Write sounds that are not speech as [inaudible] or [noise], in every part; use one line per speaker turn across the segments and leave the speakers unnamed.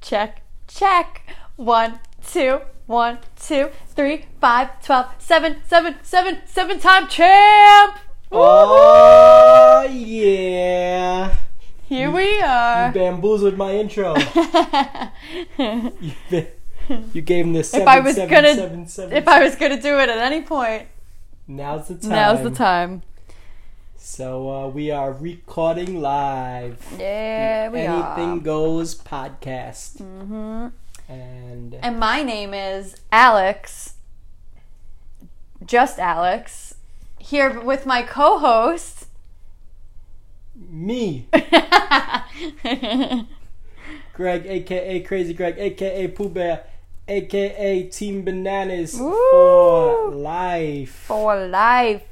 check, check. One, two, one, two, three, five, twelve, seven, seven, seven, seven time champ.
Oh yeah!
Here we are.
Bamboozled my
[laughs]
intro. you, ba- you gave him this.
If I was gonna- if
if
I was gonna do it at any point,
now's the time.
now's the time.
So uh, we are recording live.
Yeah, we
Anything
are. Mm.
goes podcast. Mm-hmm. And
And my name is Alex. Just Alex. Here with my co-host. [laughs]
me, Greg, aka Crazy Greg, aka Pooh Bear, aka Team Bananas for
Woo!
life.
For life,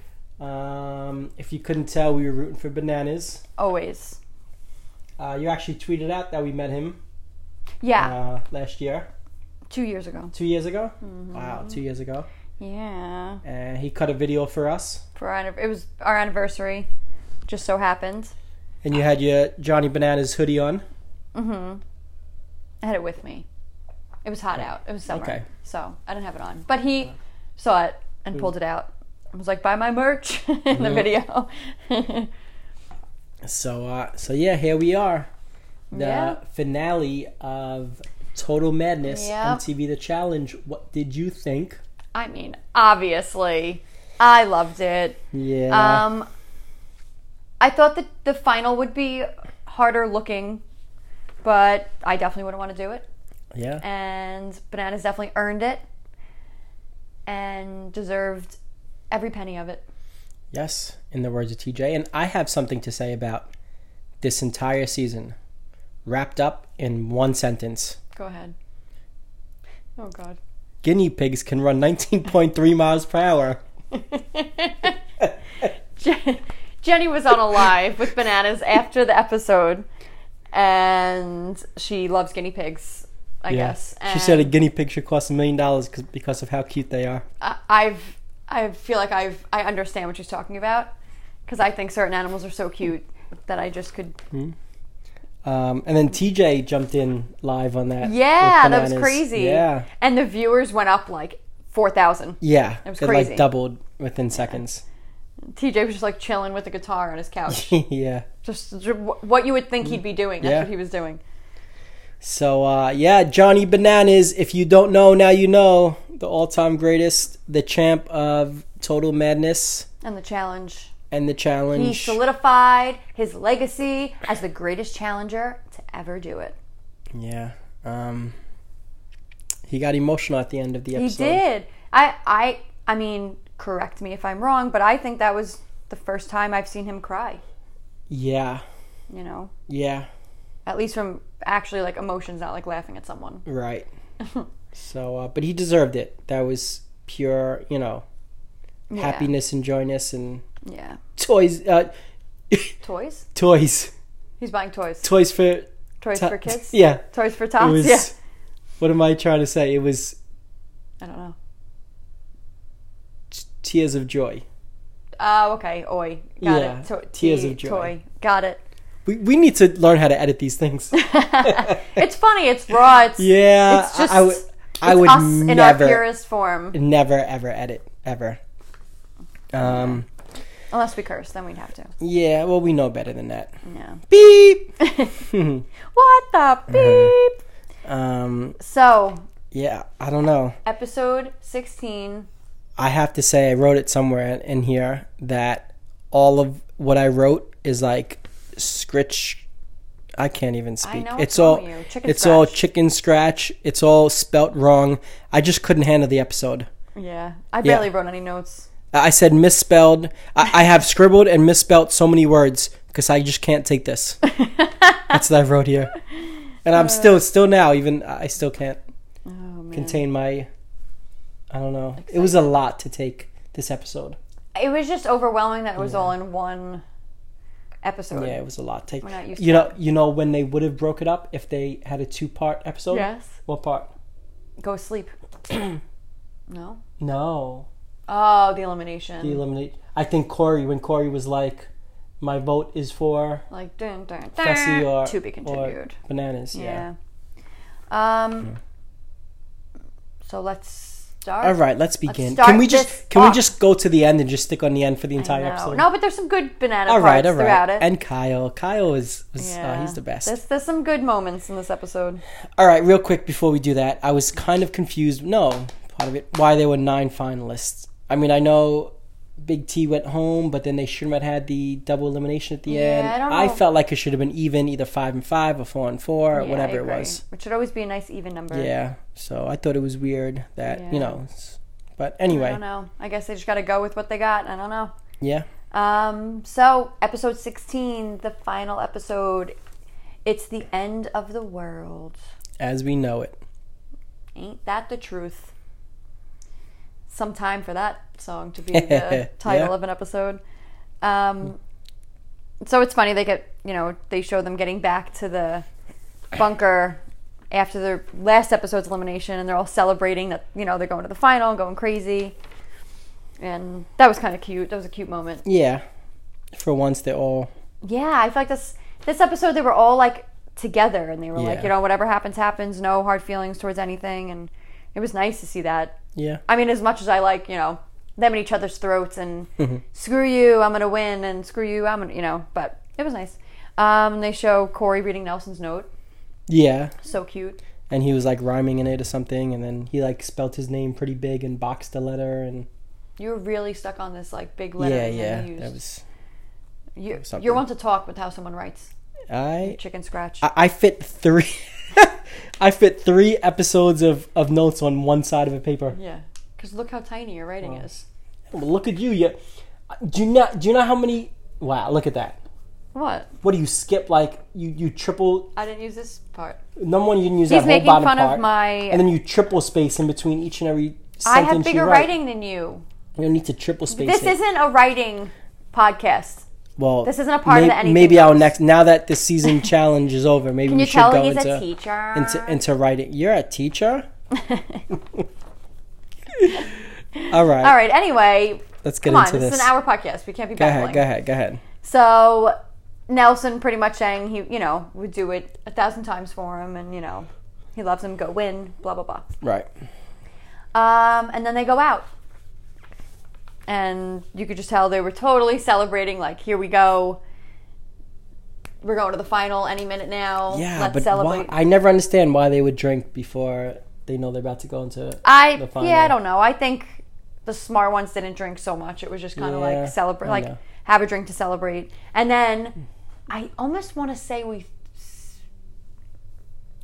Um, if you couldn't tell, we were rooting for Bananas.
always.
Uh, you actually tweeted out that we met him
Yeah,
uh, last year,
two years ago.
two years ago.
Mm-hmm.
Wow, two years ago.
Yeah,
And he cut a video for us.
for our, anniv- it was our anniversary. Just so happened.
And you
Ah.
had your Johnny Bananas hoodie on.
Mm-hmm. I had it with me. It was hot out. It was summer,
Okay.
so I didn't have it on. But he saw it and pulled it out. I was like, "Buy my merch" [laughs] in the video. [laughs]
So, uh, so yeah, here we are. The
Yeah.
finale of Total Madness
Yep.
MTV The Challenge. What did you think?
I mean, obviously, I loved it.
Yeah.
Um, I thought that the final would be harder looking, but I definitely wouldn't want to do it.
yeah.
And Bananas definitely earned it and deserved every penny of it.
Yes, in the words of TJ. And I have something to say about this entire season wrapped up in one sentence.
Go ahead. Oh, God.
Guinea pigs can run 19.3 miles per hour.
Je- Jenny was on a live with Bananas after the episode, and she loves guinea pigs, I guess.
She said a
And-
guinea pig should cost a million dollars 'cause- because of how cute they are.
I- I've I feel like I've I understand what she's talking about because I think certain animals are so cute that I just could.
Um, and then TJ jumped in live on that. with
Yeah, that was
bananas.
crazy.
Yeah.
and the viewers went up like four thousand.
Yeah. It
was
like
crazy.
doubled within seconds. [laughs]
TJ was just like chilling with the guitar on his couch,
yeah.
just ju- what you would think he'd be doing. That's
Yeah.
what he was doing.
So uh, yeah, Johnny Bananas. If you don't know, now you know. The all-time greatest, the champ of Total Madness
And the challenge,
and the challenge.
he solidified his legacy as the greatest challenger to ever do it.
yeah. Um, he got emotional at the end of the
He
episode.
did. I I I mean, correct me if I'm wrong, but I think that was the first time I've seen him cry.
Yeah.
You know.
Yeah.
At least from actually like emotions, not like laughing at someone. [laughs]
Right. so, uh, but he deserved it. That was pure, you know, happiness and joyness and
Yeah.
toys. Uh,
Toys?
toys. [laughs]
He's buying toys.
Toys for
toys
to-
for kids?
[laughs] Yeah.
Toys for
It
tots?
was.
Yeah.
What am I trying to say? It was
I don't know.
t- tears of joy.
Oh, okay. Oi. Got
Yeah.
it. To-
Tears
tea-
of joy.
Toy.
[laughs]
Got it. [laughs]
We, we need to learn how to edit these things.
It's funny. It's raw. It's,
Yeah,
It's just-
I would. I
it's
would
us in our
never,
purest form.
never, ever edit ever. Um.
Unless we curse, then we'd have to.
Yeah. Well, we know better than that.
Yeah. [laughs]
Beep.
What the
[laughs]
beep?
Um.
So,
Yeah. I don't know.
episode 16.
I have to say, I wrote it somewhere in here that all of what I wrote is like scritch. I can't even speak.
know
it's
what's
all.
wrong with you. Chicken
it's all
scratch.
chicken scratch. It's all spelt wrong. I just couldn't handle the episode.
Yeah. I barely wrote any notes.
I said misspelled. I, I have scribbled and misspelled so many words because I just can't take
[laughs]
this. That's what I wrote here, and I'm
Uh.
still, still now. Even I still can't
Oh, man.
contain my. I don't know. It was a lot to take this episode.
It was just overwhelming that it was all in one episode.
Yeah, it was a lot. Take
We're not used
you
to
know, you know when they would have broke it up if they had a two part episode.
Yes.
What part? [clears throat]
Go sleep. no.
No,
Oh, the elimination.
the eliminate. I think Corey when Corey was like, "My vote is for
like dun, dun, dun.
Fessy E or
to be continued.
or bananas." Yeah.
yeah. Um. So let's start.
All right, let's begin.
start
can we
this
just can
off.
we just go to the end and just stick on the end for the entire
No.
episode?
no, but there's some good banana
All right,
parts
all right.
throughout it.
And Kyle, Kyle is, is uh, he's the best.
There's, there's some good moments in this episode.
All right, real quick before we do that, I was kind of confused. No, part of it why there were nine finalists. I mean, I know Big T went home, but then they shouldn't have had the double elimination at the end.
I don't know.
felt like it should have been even, either five and five or four and four, or
Yeah, I
whatever it
agree.
was.
It should always be a nice even number.
Yeah, so I thought it was weird that
Yeah.
you know. it's- But
I
anyway,
don't know. I guess they just got to go with what they got. I don't know.
yeah,
Um, so, episode 16, the final episode. It's the end of the world.
as we know it.
Ain't that the truth? Some time for that song to
[laughs]
be the title
Yeah.
of an episode. Um, so it's funny they get you know they show them getting back to the bunker after their last episode's elimination, and they're all celebrating that you know they're going to the final, and going crazy, and that was kind of cute. That was a cute moment.
Yeah, for once they're all
Yeah, I feel like this this episode they were all like together and they were like,
Yeah.
you know, whatever happens happens, no hard feelings towards anything and it was nice to see that.
yeah.
I mean, as much as I like, you know, them at each other's throats and
Mm-hmm.
screw you, I'm going to win and screw you, I'm going to, you know, but it was nice. Um, they show Corey reading Nelson's note.
Yeah,
So cute.
and he was like rhyming in it or something, and then he like spelt his name pretty big and boxed the letter, and
You were really stuck on this like big letter.
yeah,
that
yeah,
You,
that
used.
was
you,
was something.
you're one to talk with how someone writes.
I
Chicken scratch.
I I fit three [laughs] I fit three episodes of, of notes on one side of a paper.
yeah. Because look how tiny your writing is.
Well, look at you. You do you not do you know how many Wow, look at that.
What?
What do you skip like you, you triple
I didn't use this part.
number one you didn't use
He's
that whole
making
bottom
fun
part.
of my.
and then you triple space in between each and every sentence
I have bigger
you write.
writing than you.
You don't need to triple space
This
it.
isn't a writing podcast.
well
this isn't a part of the anything
Maybe our
notes.
next now that the season challenge is over, maybe we
You're
should go
telling he's
into
a teacher.
into into writing. You're a
[laughs]
teacher? All right.
All right. Anyway,
Let's get
come on.
into
This,
this.
is an hour podcast. We can't be
Go
babbling.
ahead, go ahead, go ahead.
So Nelson pretty much saying he, you know, would do it a thousand times for him, and you know, he loves him. Go win. Blah blah blah.
Right.
Um, and then they go out. And you could just tell they were totally celebrating, like, here we go. We're going to the final any minute now.
Yeah,
Let's
but
celebrate.
why? I never understand why they would drink before they know they're about to go into.
I
the
yeah, I
final.
don't know. I think the smart ones didn't drink so much. It was just kind of
Yeah,
like celebrate,
I
like
know.
have a drink to celebrate, and then I almost want to say we.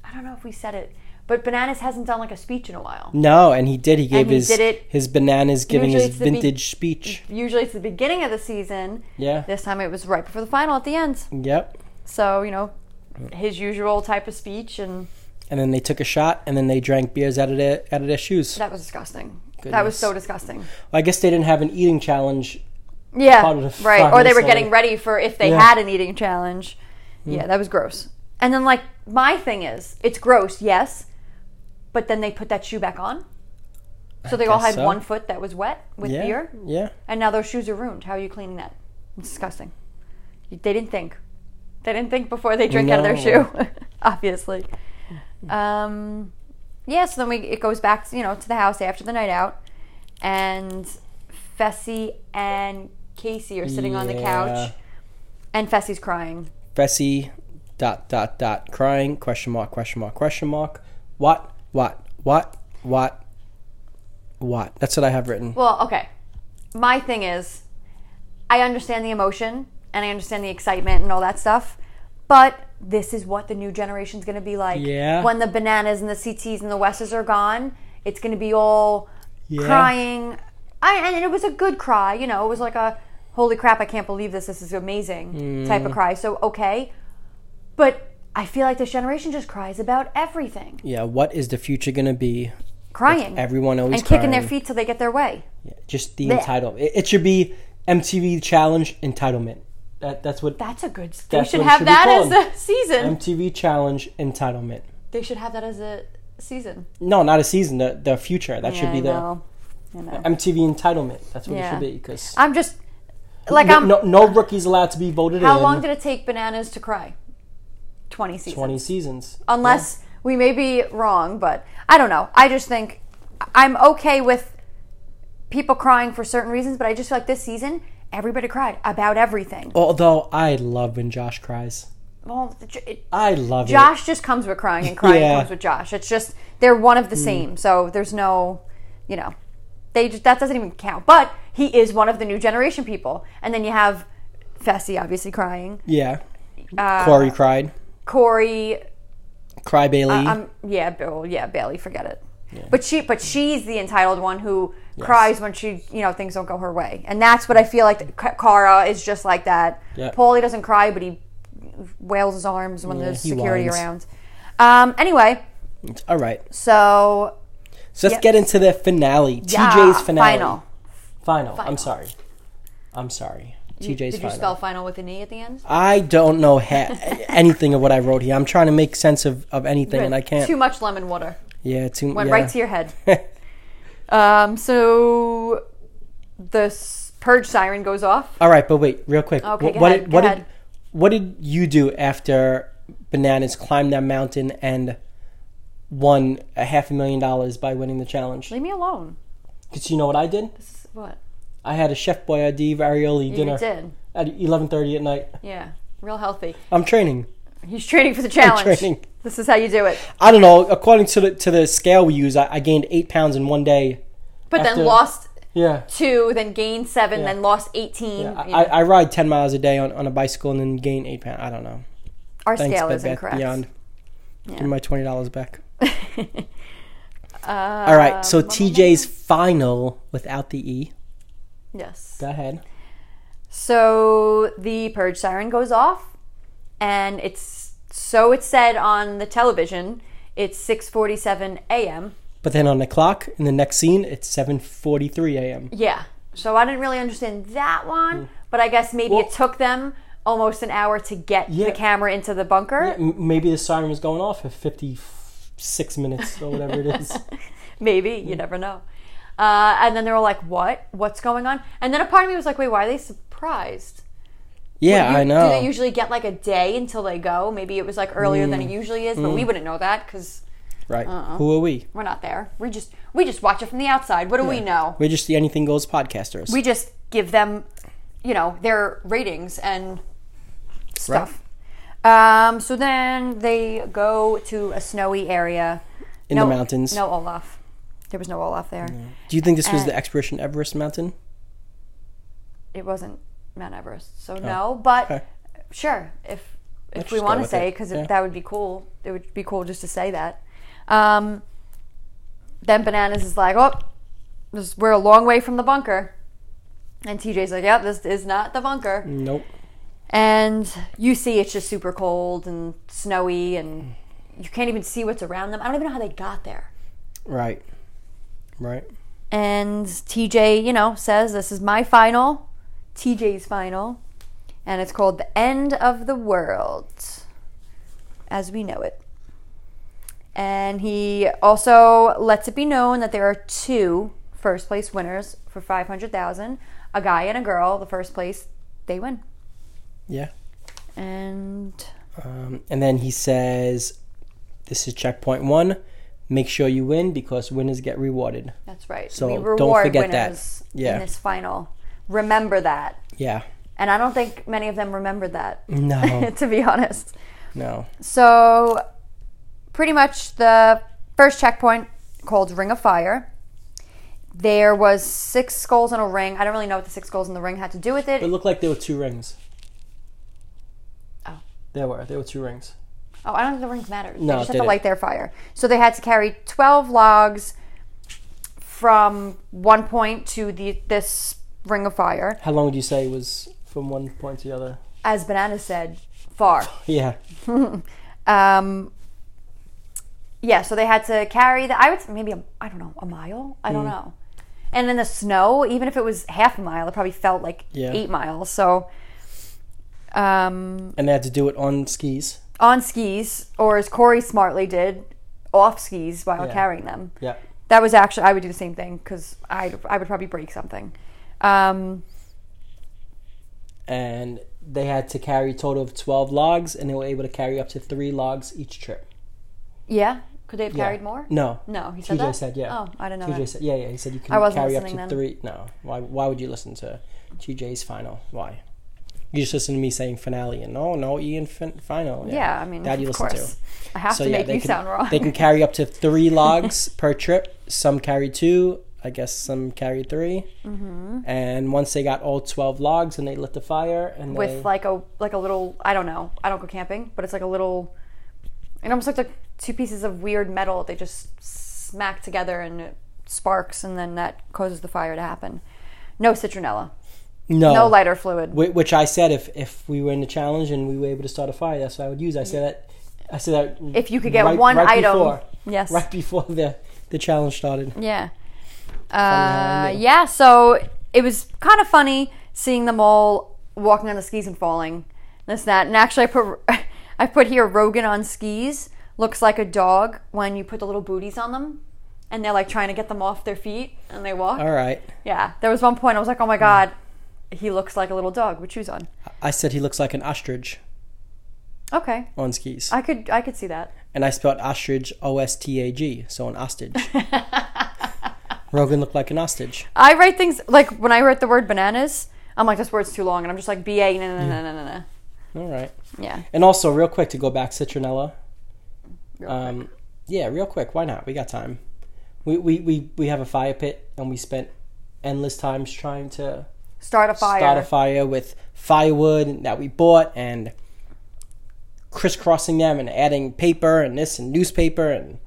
I don't know if we said it, but Bananas hasn't done like a speech in a while.
No, and he did. He gave
he
his
did it-
his bananas, giving
Usually
his
it's the be-
vintage speech.
Usually it's the beginning of the season.
Yeah.
This time it was right before the final at the end.
Yep.
So you know, his usual type of speech, and
And then they took a shot, and then they drank beers out of their out of their shoes.
that was disgusting. That was
Goodness.
so disgusting.
I guess they didn't have an eating challenge.
Yeah,
part of the
right. Or they were
final
getting
song.
ready for if they
Yeah.
had an eating challenge. Yeah, that was gross. And then, like, my thing is, it's gross, yes, but then they put that shoe back on. So they all
guess
had
so.
one foot that was wet with
Yeah.
beer,
Yeah.
and now those shoes are ruined. How are you cleaning that? It's disgusting. You- They didn't think. They didn't think before they drink out of their shoe, [laughs]
No.
obviously. Um, yeah, so then we it goes back, you know, to the house after the night out, and Fessy and Casey are sitting on the couch,
Yeah.
and Fessy's crying.
Bessie, dot dot dot, crying question mark question mark question mark. What what what what what? That's what I have written.
Well, okay. My thing is, I understand the emotion and I understand the excitement and all that stuff, but this is what the new generation's going to be like.
Yeah.
When the bananas and the CTs and the Wesses are gone, it's going to be all
Yeah.
crying. I, and it was a good cry, you know, it was like a holy crap, I can't believe this, this is amazing type
Mm.
of cry. So, okay. But I feel like this generation just cries about everything.
Yeah. What is the future gonna be?
Crying.
Everyone always
and kicking their
crying.
feet till they get their way.
Just the entitlement. It, it should be MTV Challenge Entitlement. That that's what
That's a good. They
That's
should
what it
have
should be
that as
called.
a season.
MTV Challenge Entitlement.
They should have that as a season.
No, not a season. The the future. That should be the
I know.
MTV Entitlement. That's what
Yeah.
it should be. Because
I'm just like
no,
I'm.
no no rookie's allowed to be voted
how
in.
long did it take bananas to cry? Twenty seasons.
Twenty seasons.
Unless We may be wrong, but I don't know. I just think I'm okay with people crying for certain reasons, but I just feel like this season everybody cried about everything.
Although I love when Josh cries.
Well, it,
I love it.
Josh just comes with crying, and crying
Yeah. Mm.
comes with Josh. It's just they're one of the same. So there's no, you know, they just, that doesn't even count. But he is one of the new generation people, and then you have Fessy obviously crying.
Yeah.
Uh,
Corey cried.
Corey,
Cry Bailey.
um, yeah, Bill, yeah, Bailey, forget it. But she, but she's the entitled one who cries when she, you know, things don't go her way, and that's what I feel like. K- Kara is just like that.
Yeah.
Paulie doesn't cry, but he wails his arms when there's
he
security
whines.
around. Um, anyway,
All right.
so
So let's
Yep.
get into the finale. TJ's
yeah,
finale.
Final.
Final. I'm
Final.
sorry. I'm sorry. TJ's
Did
final.
you spell final with an e at the end?
I don't know ha- anything of what I wrote here. I'm trying to make sense of, of anything, and I can't.
Too much lemon water
yeah, too. [laughs]
went
yeah.
right to your head. um, so the s- purge siren goes off.
All right, but wait, real quick.
Okay,
Wh-
go
what
ahead,
did
go
what did
ahead.
what did you do after bananas climbed that mountain and won a half a million dollars by winning the challenge?
Leave me alone.
Because you know what I did?
S- What
I had a chef boyardee varioli dinner
you did?
at 11:30 at night.
Yeah, real healthy.
I'm training.
He's
[laughs]
training for the challenge.
training.
This is how you do it.
I don't know. According to the to the scale we use, I, I gained eight pounds in one day.
But
After-
then lost
Yeah.
two, then gained seven, then lost eighteen.
I,
you
I,
know.
I ride 10 miles a day on, on a bicycle and then gain eight pounds. I don't know.
Our
Thanks,
scale
Bed
is
Bath
incorrect.
Beyond. Give me my $20
[laughs]
back.
Uh,
All right, so
blah, blah,
TJ's final without the E.
yes.
Go ahead.
So the purge siren goes off, and it's so it's said on the television. It's 6:47 a.m.
But then on the clock in the next scene, it's 7:43 a.m.
Yeah. So I didn't really understand that one, but I guess maybe
Mm. Well-
it took them almost an hour to get
Yeah.
the camera into the bunker.
M- maybe the siren was going off at 56 minutes or whatever it
[laughs]
is.
Maybe
Mm.
you never know. Uh, and then they were like, "What? What's going on?" And then a part of me was like, "Wait, why are they surprised?"
yeah,
You-
I
Do they
know.
usually get like a day until they go? Maybe it was like earlier than
Mm.
it usually is, but we wouldn't know that because
right.
Uh-uh.
Who are we?
We're not there. We just we just watch it from the outside. What do we know?
We're just the Anything Goes podcasters.
We just give them, you know, their ratings and stuff. Um, so then they go to a snowy area
In the mountains.
No Olaf. There was no Olaf there.
Do you think this was
Uh,
the Expedition Everest mountain?
It wasn't Mount Everest, so no. But
Oh, okay.
sure, if if
Let's
we
just go
want to
with
say
it,
because
yeah.
that would be cool. It would be cool just to say that. Um, then bananas is like, oh, this, we're a long way from the bunker. And TJ's like, yep, this is not the bunker.
Nope.
And you see it's just super cold and snowy, and you can't even see what's around them. I don't even know how they got there.
Right. Right.
And TJ, you know, says, This is my final, TJ's final. And it's called The End of the World as we know it. And he also lets it be known that there are two first place winners for 500,000, a guy and a girl. The first place, they win.
Yeah.
And
Um, and then he says, "This is checkpoint one. Make sure you win because winners get rewarded."
that's right.
So
we
don't
reward
forget that.
winners
Yeah.
in this final. Remember that. [laughs]
Yeah.
And I don't think many of them remembered that,
No.
[laughs] to be honest.
no.
So, pretty much the first checkpoint called Ring of Fire. There was six skulls in a ring. I don't really know what the six skulls in the ring had to do with it.
It looked like there were two rings.
Oh.
There were. There were two rings.
Oh, I don't think the rings mattered.
No,
they
it
just had to
didn't.
light their fire. So they had to carry twelve logs from one point to the this ring of fire.
How long would you say was from one point to the other?
As Banana said, far.
Yeah.
Um, yeah, so they had to carry the. I would say maybe a, I don't know a mile. I
Hmm.
don't know. And in the snow, even if it was half a mile, it probably felt like
Yeah.
eight miles. So, um,
And they had to do it on skis.
on skis, or as Corey smartly did, off skis while
Yeah.
carrying them.
Yeah.
That was actually I would do the same thing because I I would probably break something. Um,
And they had to carry a total of twelve logs, and they were able to carry up to three logs each trip.
Yeah. Could they have
Yeah.
carried more?
No.
No, he said
TJ
that.
said, yeah.
Oh, I didn't know.
TJ
that.
said, yeah, yeah. He said you can
I wasn't
carry up to
listening then.
three. No. Why, why would you listen to TJ's final? Why? You just listen to me saying finale and no, no, Ian fin- final.
Yeah, I mean,
that you
of
listen
course.
to.
I have to make
they
you
can,
sound wrong.
They
[laughs]
can carry up to three logs per trip. Some carry two. I guess some carry 3 Mm-hmm. And once they got all twelve logs, and they lit the fire, and
with
they,
like a like a little I don't know. I don't go camping, but it's like a little. It almost looks like two pieces of weird metal. They just smack together and it sparks, and then that causes the fire to happen. No citronella.
no,
No lighter fluid.
Whi- Which I said, if if we were in the challenge and we were able to start a fire, that's what I would use. I said that. I said that.
If you could get
right-
one
right
item.
before,
yes.
right before the the challenge started.
Yeah.
how
Uh,
I knew.
yeah, so it was kind of funny seeing them all walking on the skis and falling. That's that. And actually, I put [laughs] I put here Rogan on skis looks like a dog when you put the little booties on them, and they're like trying to get them off their feet and they walk.
All right,
Yeah, there was one point I was like, oh my god, he looks like a little dog with shoes on.
I said he looks like an ostrich
Okay,
on skis,
I could I could see that.
and I spelled ostrich O S T A G, so an
[laughs]
ostrich. Rogan looked like an ostrich.
I write things like when I write the word bananas, I'm like this word's too long, and I'm just like b a na na na na na na.
All right.
Yeah.
And also, real quick to go back, citronella.
Real quick.
Um, yeah, real quick. Why not? We got time. We, we we we have a fire pit, and we spent endless times trying to
Start a fire.
start a fire with firewood that we bought and crisscrossing them and adding paper and this and newspaper and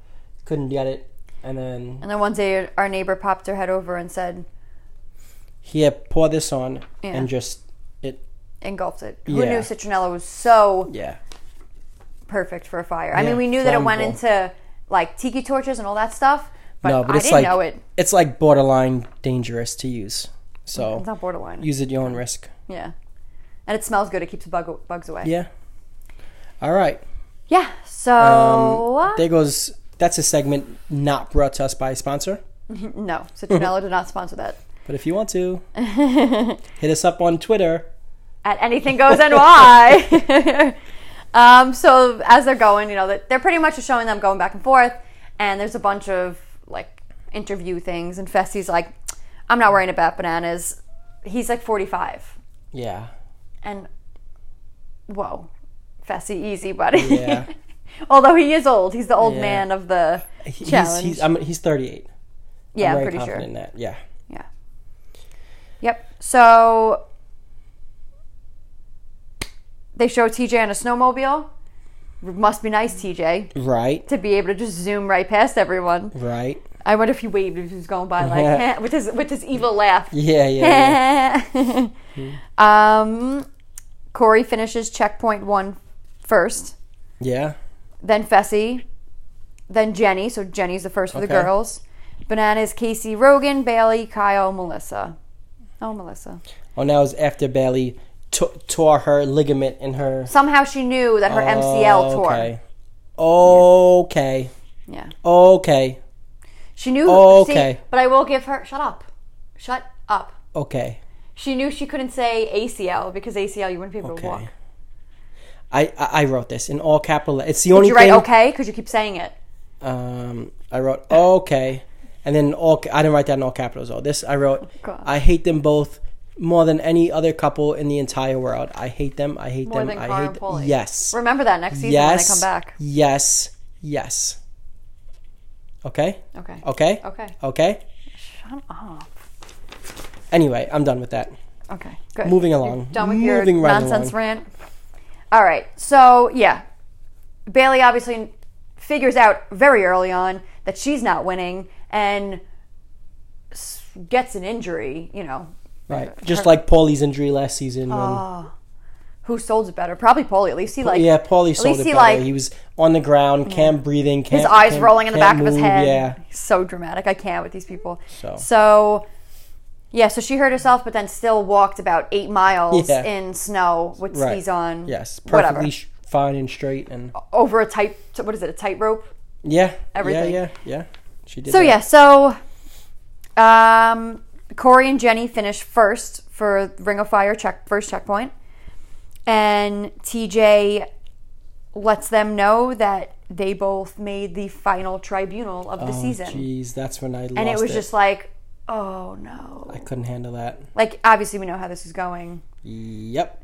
couldn't get it. And then
And then one day our neighbor popped her head over and said,
here, pour this on
Yeah.
and just it.
engulfed it. Who
Yeah.
knew citronella was so
Yeah,
perfect for a fire? I
Yeah,
mean, we knew that it went
flammable.
into like tiki torches and all that stuff, but,
no, but
I
it's
didn't
like
know it.
it's like borderline dangerous to use.
It's
So
not borderline.
use at your own risk.
yeah. And it smells good. It keeps the bug, bugs away.
Yeah. All right.
Yeah,
Um,
so.
there goes. That's a segment not brought to us by a sponsor.
no, citronella did not sponsor that.
But if you want
[laughs]
to, hit us up on Twitter.
At anything goes NY. [laughs] um, so as they're going, you know, that- they're pretty much just showing them going back and forth, and there's a bunch of like interview things, and Festy's like, "I'm not worrying about bananas." He's like 45,
Yeah.
and whoa, Fessy, easy, buddy.
Yeah.
[laughs] Although he is old, he's the old
Yeah.
man of the
He- He's,
challenge.
he's, I'm, he's 38. I'm
yeah, I'm
very
pretty
confident
sure.
in that. Yeah.
Yeah. Yep. So they show TJ on a snowmobile. Must be nice, TJ,
Right.
to be able to just zoom right past everyone.
Right.
I wonder if he waved if he was going by like
[laughs]
[laughs] "Heh," with his with his evil laugh.
Yeah. Yeah. yeah.
[laughs] um, Corey finishes checkpoint one first,
yeah.
then Fessy, then Jenny. So Jenny's the first for the
Okay.
girls. Bananas, Casey, Rogan, Bailey, Kyle, Melissa. Oh, Melissa.
Oh, now it's after Bailey t- tore her ligament in her
somehow she knew that her MCL
Oh,
tour.
Okay. Okay.
Yeah,
Okay.
she knew.
Oh,
See,
okay.
but I will give her. Shut up. Shut up.
Okay.
She knew she couldn't say ACL because ACL you wouldn't be able to walk.
Okay. I, I I wrote this in all capital. le- It's the
Did
only
you write
thing.
okay? Because you keep saying it.
Um, I wrote okay, and then all I didn't write that in all capitals though. This I wrote.
Oh, God.
I hate them both more than any other couple in the entire world. I hate them. I hate
More
them.
than
I
Carr
hate
and Pauly.
yes,
Remember that next season
yes,
when I come back.
yes, yes. Okay,
Okay.
okay,
Okay.
okay.
Shut up.
Anyway, I'm done with that.
Okay. Good.
Moving along.
Done with
Moving
your
right
nonsense
along.
rant. All right. So yeah, Bailey obviously figures out very early on that she's not winning and s- gets an injury. You know,
Right, just like Paulie's injury last season. um, when-
who sold it better? Probably Paulie. At least he like
yeah, Paulie sold
least
it
he,
better.
like- Mm-hmm.
he was on the ground, can't breathing, can't,
his eyes
can't-
rolling in the back
can't
of his
move,
head.
Yeah,
so dramatic. I can't with these people.
So.
So, yeah. So she hurt herself, but then still walked about eight miles
Yeah.
in snow with
Right.
skis on.
Yes,
whatever.
perfectly sh- fine and straight and
Over a tight. What is it? A tightrope.
yeah,
Everything.
Yeah, yeah, yeah. She did.
So
that.
yeah, so um, Corey and Jenny finish first for Ring of Fire check first checkpoint, and TJ lets them know that they both made the final tribunal of the season.
Jeez, that's when I Oh, lost
and it was just like, oh no.
I couldn't handle that.
Like, obviously, we know how this is going.
Yep.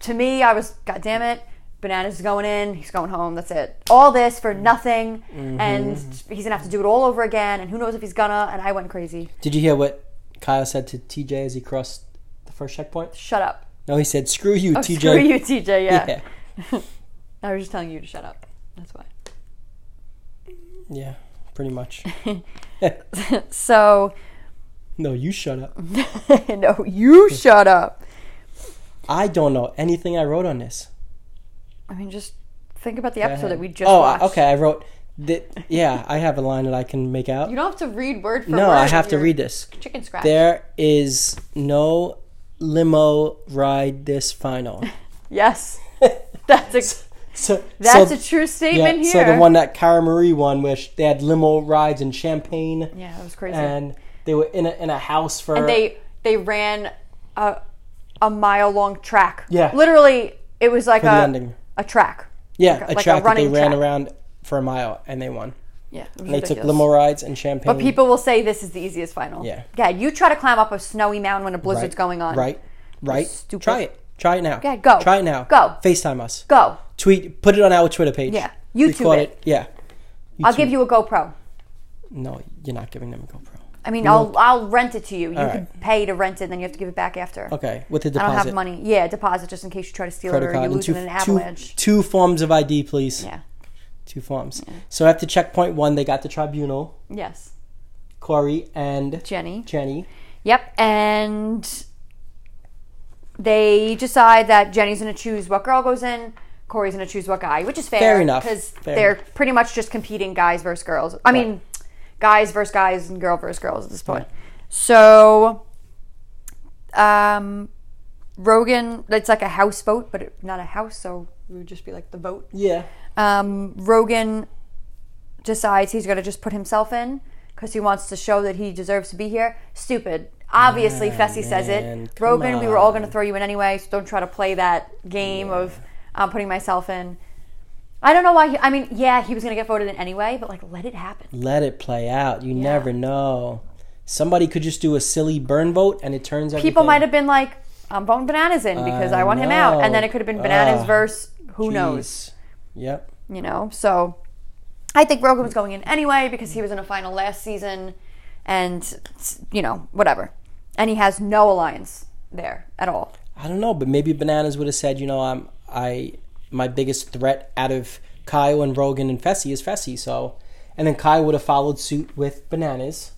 To me, I was, God damn it, Bananas is going in, he's going home, that's it. All this for nothing, and he's gonna have to do it all over again, and who knows if he's gonna, and I went crazy.
Did you hear what Kyle said to TJ as he crossed the first checkpoint?
Shut up.
No, he said, "Screw you,
Oh,
TJ."
Screw you, TJ, yeah.
[laughs] Yeah.
I was just telling you to shut up. That's why.
Yeah. Pretty
[laughs]
much.
So, [laughs]
No, you shut up.
no,
[laughs]
you shut up.
I don't know anything I wrote on this.
I mean, just think about the episode that we just
oh, I-
watched.
okay. I wrote that. Yeah, I have a line that I can make out.
You don't have to read word for word.
No, I have to
you're
read this.
Chicken scratch.
There is no limo ride this final.
[laughs]
[laughs]
Yes. That's a
So
that's
so,
a true statement
yeah,
here.
So the one that Cara Marie won, which they had limo rides and champagne,
yeah, that was crazy. And,
and they were in a in a house for
they they ran a a mile long track.
Yeah.
Literally, it was like
the
a
ending.
a track.
yeah
like a-
a
like a
track that they
running
ran
track.
around for a mile and they won.
Yeah. It was
They took
ridiculous.
limo rides and champagne.
But people will say this is the easiest final.
Yeah.
Yeah. You try to climb up a snowy mountain when a blizzard's going on.
Right, right.
Stupid.
Try it. Try it now.
Okay, go.
Try it now.
Go.
Facetime us.
Go.
Tweet. Put it on our Twitter page.
Yeah.
We
YouTube
caught
it.
Yeah.
I'll
YouTube.
give you a GoPro.
No, you're not giving them a GoPro.
I mean, I'll I'll rent it to you. You
All
can pay to rent it, and then you have to give it back after.
Okay, with a
I
deposit.
don't have money. Yeah, deposit just in case you try to steal it
Credit
or you
card and
lose
two,
it in an
two-
avalanche.
two forms of ID, please.
Yeah.
Two forms. So after checkpoint one, they got the tribunal.
Yes.
Corey and
Jenny.
Jenny.
Yep. And they decide that Jenny's going to choose what girl goes in, Corey's going to choose what guy, which is fair.
Fair enough.
Because
Fair
they're pretty much just competing guys versus girls. I mean, guys versus guys and girl versus girls at this point. So, um, Rogan, it's like a house vote, but it, not a house, so it would just be like the vote.
Yeah.
um, Rogan decides he's going to just put himself in because he wants to show that he deserves to be here. Stupid. Obviously, Fessy says
Ah, man,
it.
come
Rogan, we were all going to
on.
throw you in anyway, so don't try to play that game of I'm putting myself in. I don't know why. He, I mean, yeah, he was going to get voted in anyway, but like, let it happen.
Let it play out. You never know. Somebody could just do a silly burn vote, and it turns out
People might have been like, I'm voting bananas in because I,
I
want him out, and then
know.
it could have been bananas
Ah,
versus who knows.
Yep.
you know. So I think Rogan was going in anyway because he was in a final last season, and you know whatever. And he has no alliance there at all.
I don't know, but maybe bananas would have said, you know, I'm I my biggest threat out of Kyle and Rogan and Fessy is Fessy, so and then Kyle would have followed suit with bananas.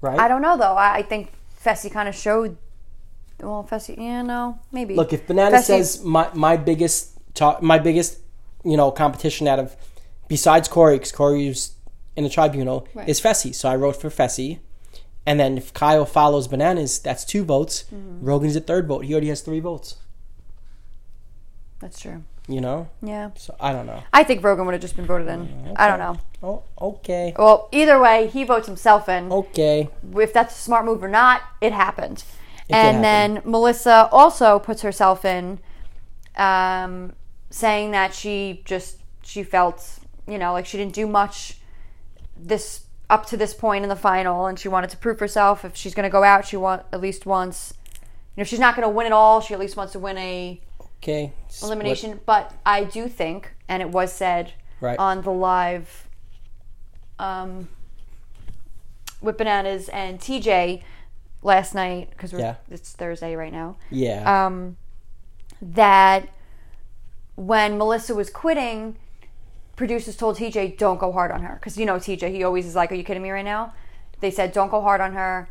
Right?
I don't know though. I, I think Fessy kind of showed. Well, Fessy, yeah, no, maybe.
Look, if Banana
Fessy-
says my my biggest ta- my biggest you know competition out of besides Corey, because Corey's in the tribunal is Fessy, so I wrote for Fessy, and then if Kyle follows Bananas, that's two votes.
Mm-hmm.
Rogan's a third vote. He already has three votes.
that's true.
You know,
Yeah,
so I don't know.
I think Rogan would have just been voted in. I don't know.
Oh, okay,
Well, either way, he votes himself
Oh,
in.
okay.
If that's a smart move or not, it happened. and
happen.
then Melissa also puts herself in, um, saying that she just she felt you know like she didn't do much this up to this point in the final, and she wanted to prove herself. If she's going to go out, she want at least once. You know, if she's not going to win it all, she at least wants to win a
Okay. Split.
elimination. But I do think, and it was said
Right.
on the live um, with bananas and TJ last night because
Yeah.
it's Thursday right now.
Yeah.
Um, that when Melissa was quitting, producers told TJ don't go hard on her because you know TJ he always is like, "Are you kidding me right now?" They said don't go hard on her.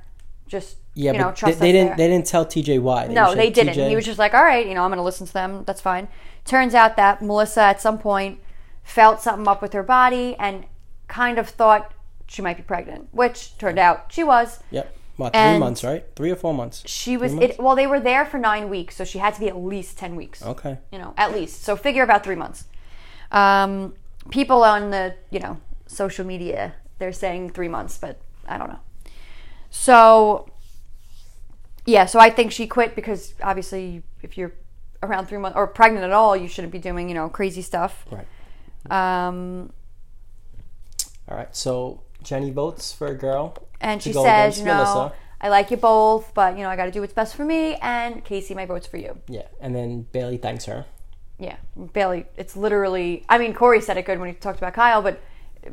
Just
yeah,
you
but
know, trust
they, they
us
didn't.
there."
They didn't tell TJ why. They
No,
just said,
they didn't.
"TJ,
He was just like, all right, you know, I'm going to listen to them. That's fine. Turns out that Melissa at some point felt something up with her body and kind of thought she might be pregnant, which turned out she was.
Yep. What? Three
And-
months, right? Three or four months.
She was,
months?
it, well, they were there for nine weeks, so she had to be at least 10 weeks.
Okay.
You know, at least. So figure about three months. Um, people on the, you know, social media, they're saying three months, but I don't know. So yeah, so I think she quit because obviously if you're around three months or pregnant at all, you shouldn't be doing, you know, crazy stuff.
Right.
Um,
All right. So Jenny votes for a girl.
and she
go against
says, you know,
Melissa.
I like you both, but you know, I got to do what's best for me. And Casey, my vote's for you.
Yeah. And then Bailey thanks her.
Yeah, Bailey. It's literally. I mean, Corey said it good when he talked about Kyle, but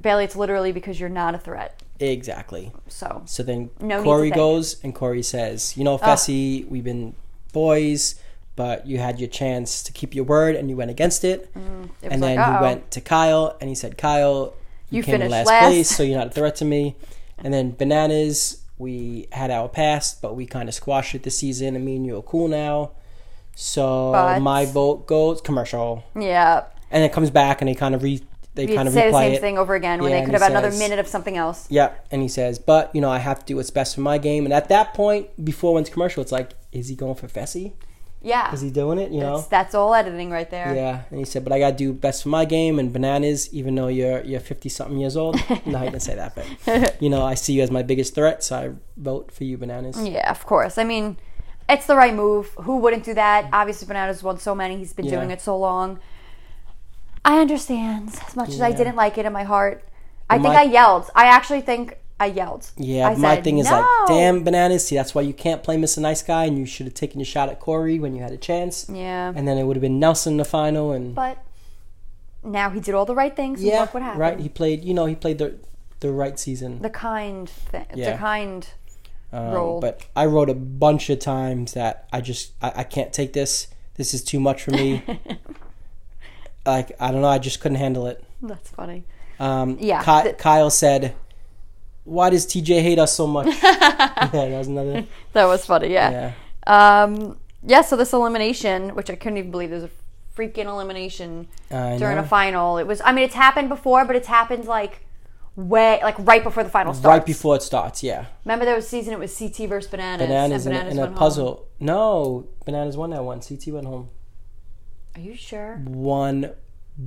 Bailey, it's literally because you're not a threat.
Exactly.
So
So then
No need to Oh.
Corey
think.
goes and Corey says, You know, Fessy, we've been boys, but you had your chance to keep your word and you went against it.
Mm, it was
and
like,
then
oh,
he went to Kyle and he said, Kyle, you,
You
came in
finished
last,
last."
place, so you're not a threat to
[laughs]
me. And then Bananas, we had our past, but we kind of squashed it this season. And me and you are cool now. So
But-
my vote goes commercial.
yeah.
And it comes back and they kind of re. They kind
You'd
of
say the
replay
same
it.
thing over again when
Yeah,
they
and
could
he
have had another
says-
minute of something else.
Yeah, and he says, "But you know, I have to do what's best for my game." And at that point, before when's commercial, it's like, is he going for Fessy?
Yeah,
Is he doing it? You
that's,
know?
that's all editing right there.
Yeah. And he said, "But I gotta do best for my game." And bananas, even though you're you're fifty something years
[laughs]
old, no, I didn't say that, but you know, I see you as my biggest threat, so I vote for you, bananas.
Yeah, of course. I mean, it's the right move. Who wouldn't do that? Obviously, Bernardo's won so many. He's been
Yeah.
doing it so long. I understand as much as I
Yeah.
didn't like it in my heart. I think
my-
I yelled. I actually think I yelled.
Yeah,
I
but my
said,
thing is like,
"No."
damn, bananas. See, that's why you can't play Mr. Nice Guy, and you should have taken your shot at Corey when you had a chance.
Yeah,
And then it would have been Nelson in the final, and
but now he did all the right things. and
yeah,
look what happened.
right. He played, you know, he played the the right season.
The kind thing.
Yeah.
The kind.
Um,
Roll.
But I wrote a bunch of times that I just I, I can't take this. This is too much for
[laughs]
me. like I don't know. I just couldn't handle it.
That's funny.
Um,
Yeah,
Ky-
th-
Kyle said, "Why does TJ hate us so
[laughs]
much?" [laughs] yeah, that was another.
That was funny.
Yeah.
Um, yeah, so this elimination, which I couldn't even believe, there's a freaking elimination
I
during
know.
a final. It was, I mean, it's happened before, but it's happened like way, like right before the final starts.
Right before it starts, yeah.
Remember there was season it was CT versus bananas,
Bananas
and
in, a-
bananas
in a
went home.
puzzle. No, bananas won that one. CT went home
Are you sure?
one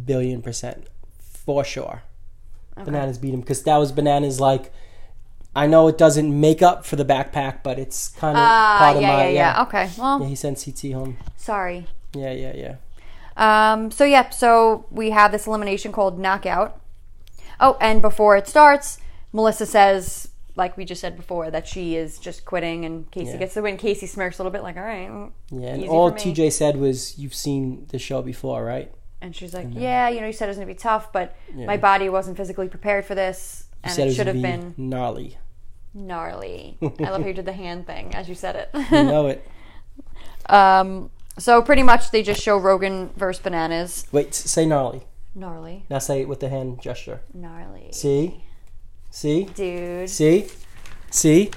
billion percent for sure. Bananas beat him because that was bananas. Like, I know it doesn't make up for the backpack, but it's kind of
Ah,
part
yeah,
of
yeah,
my
yeah, Okay, well,
Yeah, he sent CT home.
sorry.
Yeah, yeah, yeah.
Um, so yeah, so we have this elimination called knockout. Oh, and before it starts, Melissa says, like we just said before, that she is just quitting, and Casey
Yeah.
gets the win. Casey smirks a little bit, like, all right. mm,
Yeah, and
easy for
all
me."
TJ said was, "You've seen the show before, right?"
And she's like,
Mm-hmm.
yeah, you know, you said it was going to be tough, but my body wasn't physically prepared for this,
He
and
said
it
was
should have
gonna
been
be gnarly.
[laughs] gnarly. I love how you did the hand thing as you said
[laughs] You
it. [laughs]
know it.
um, so pretty much they just show Rogan versus Bananas.
Wait, s- say gnarly.
Gnarly.
Now say it with the hand gesture.
Gnarly.
See, see,
Dude.
see, see.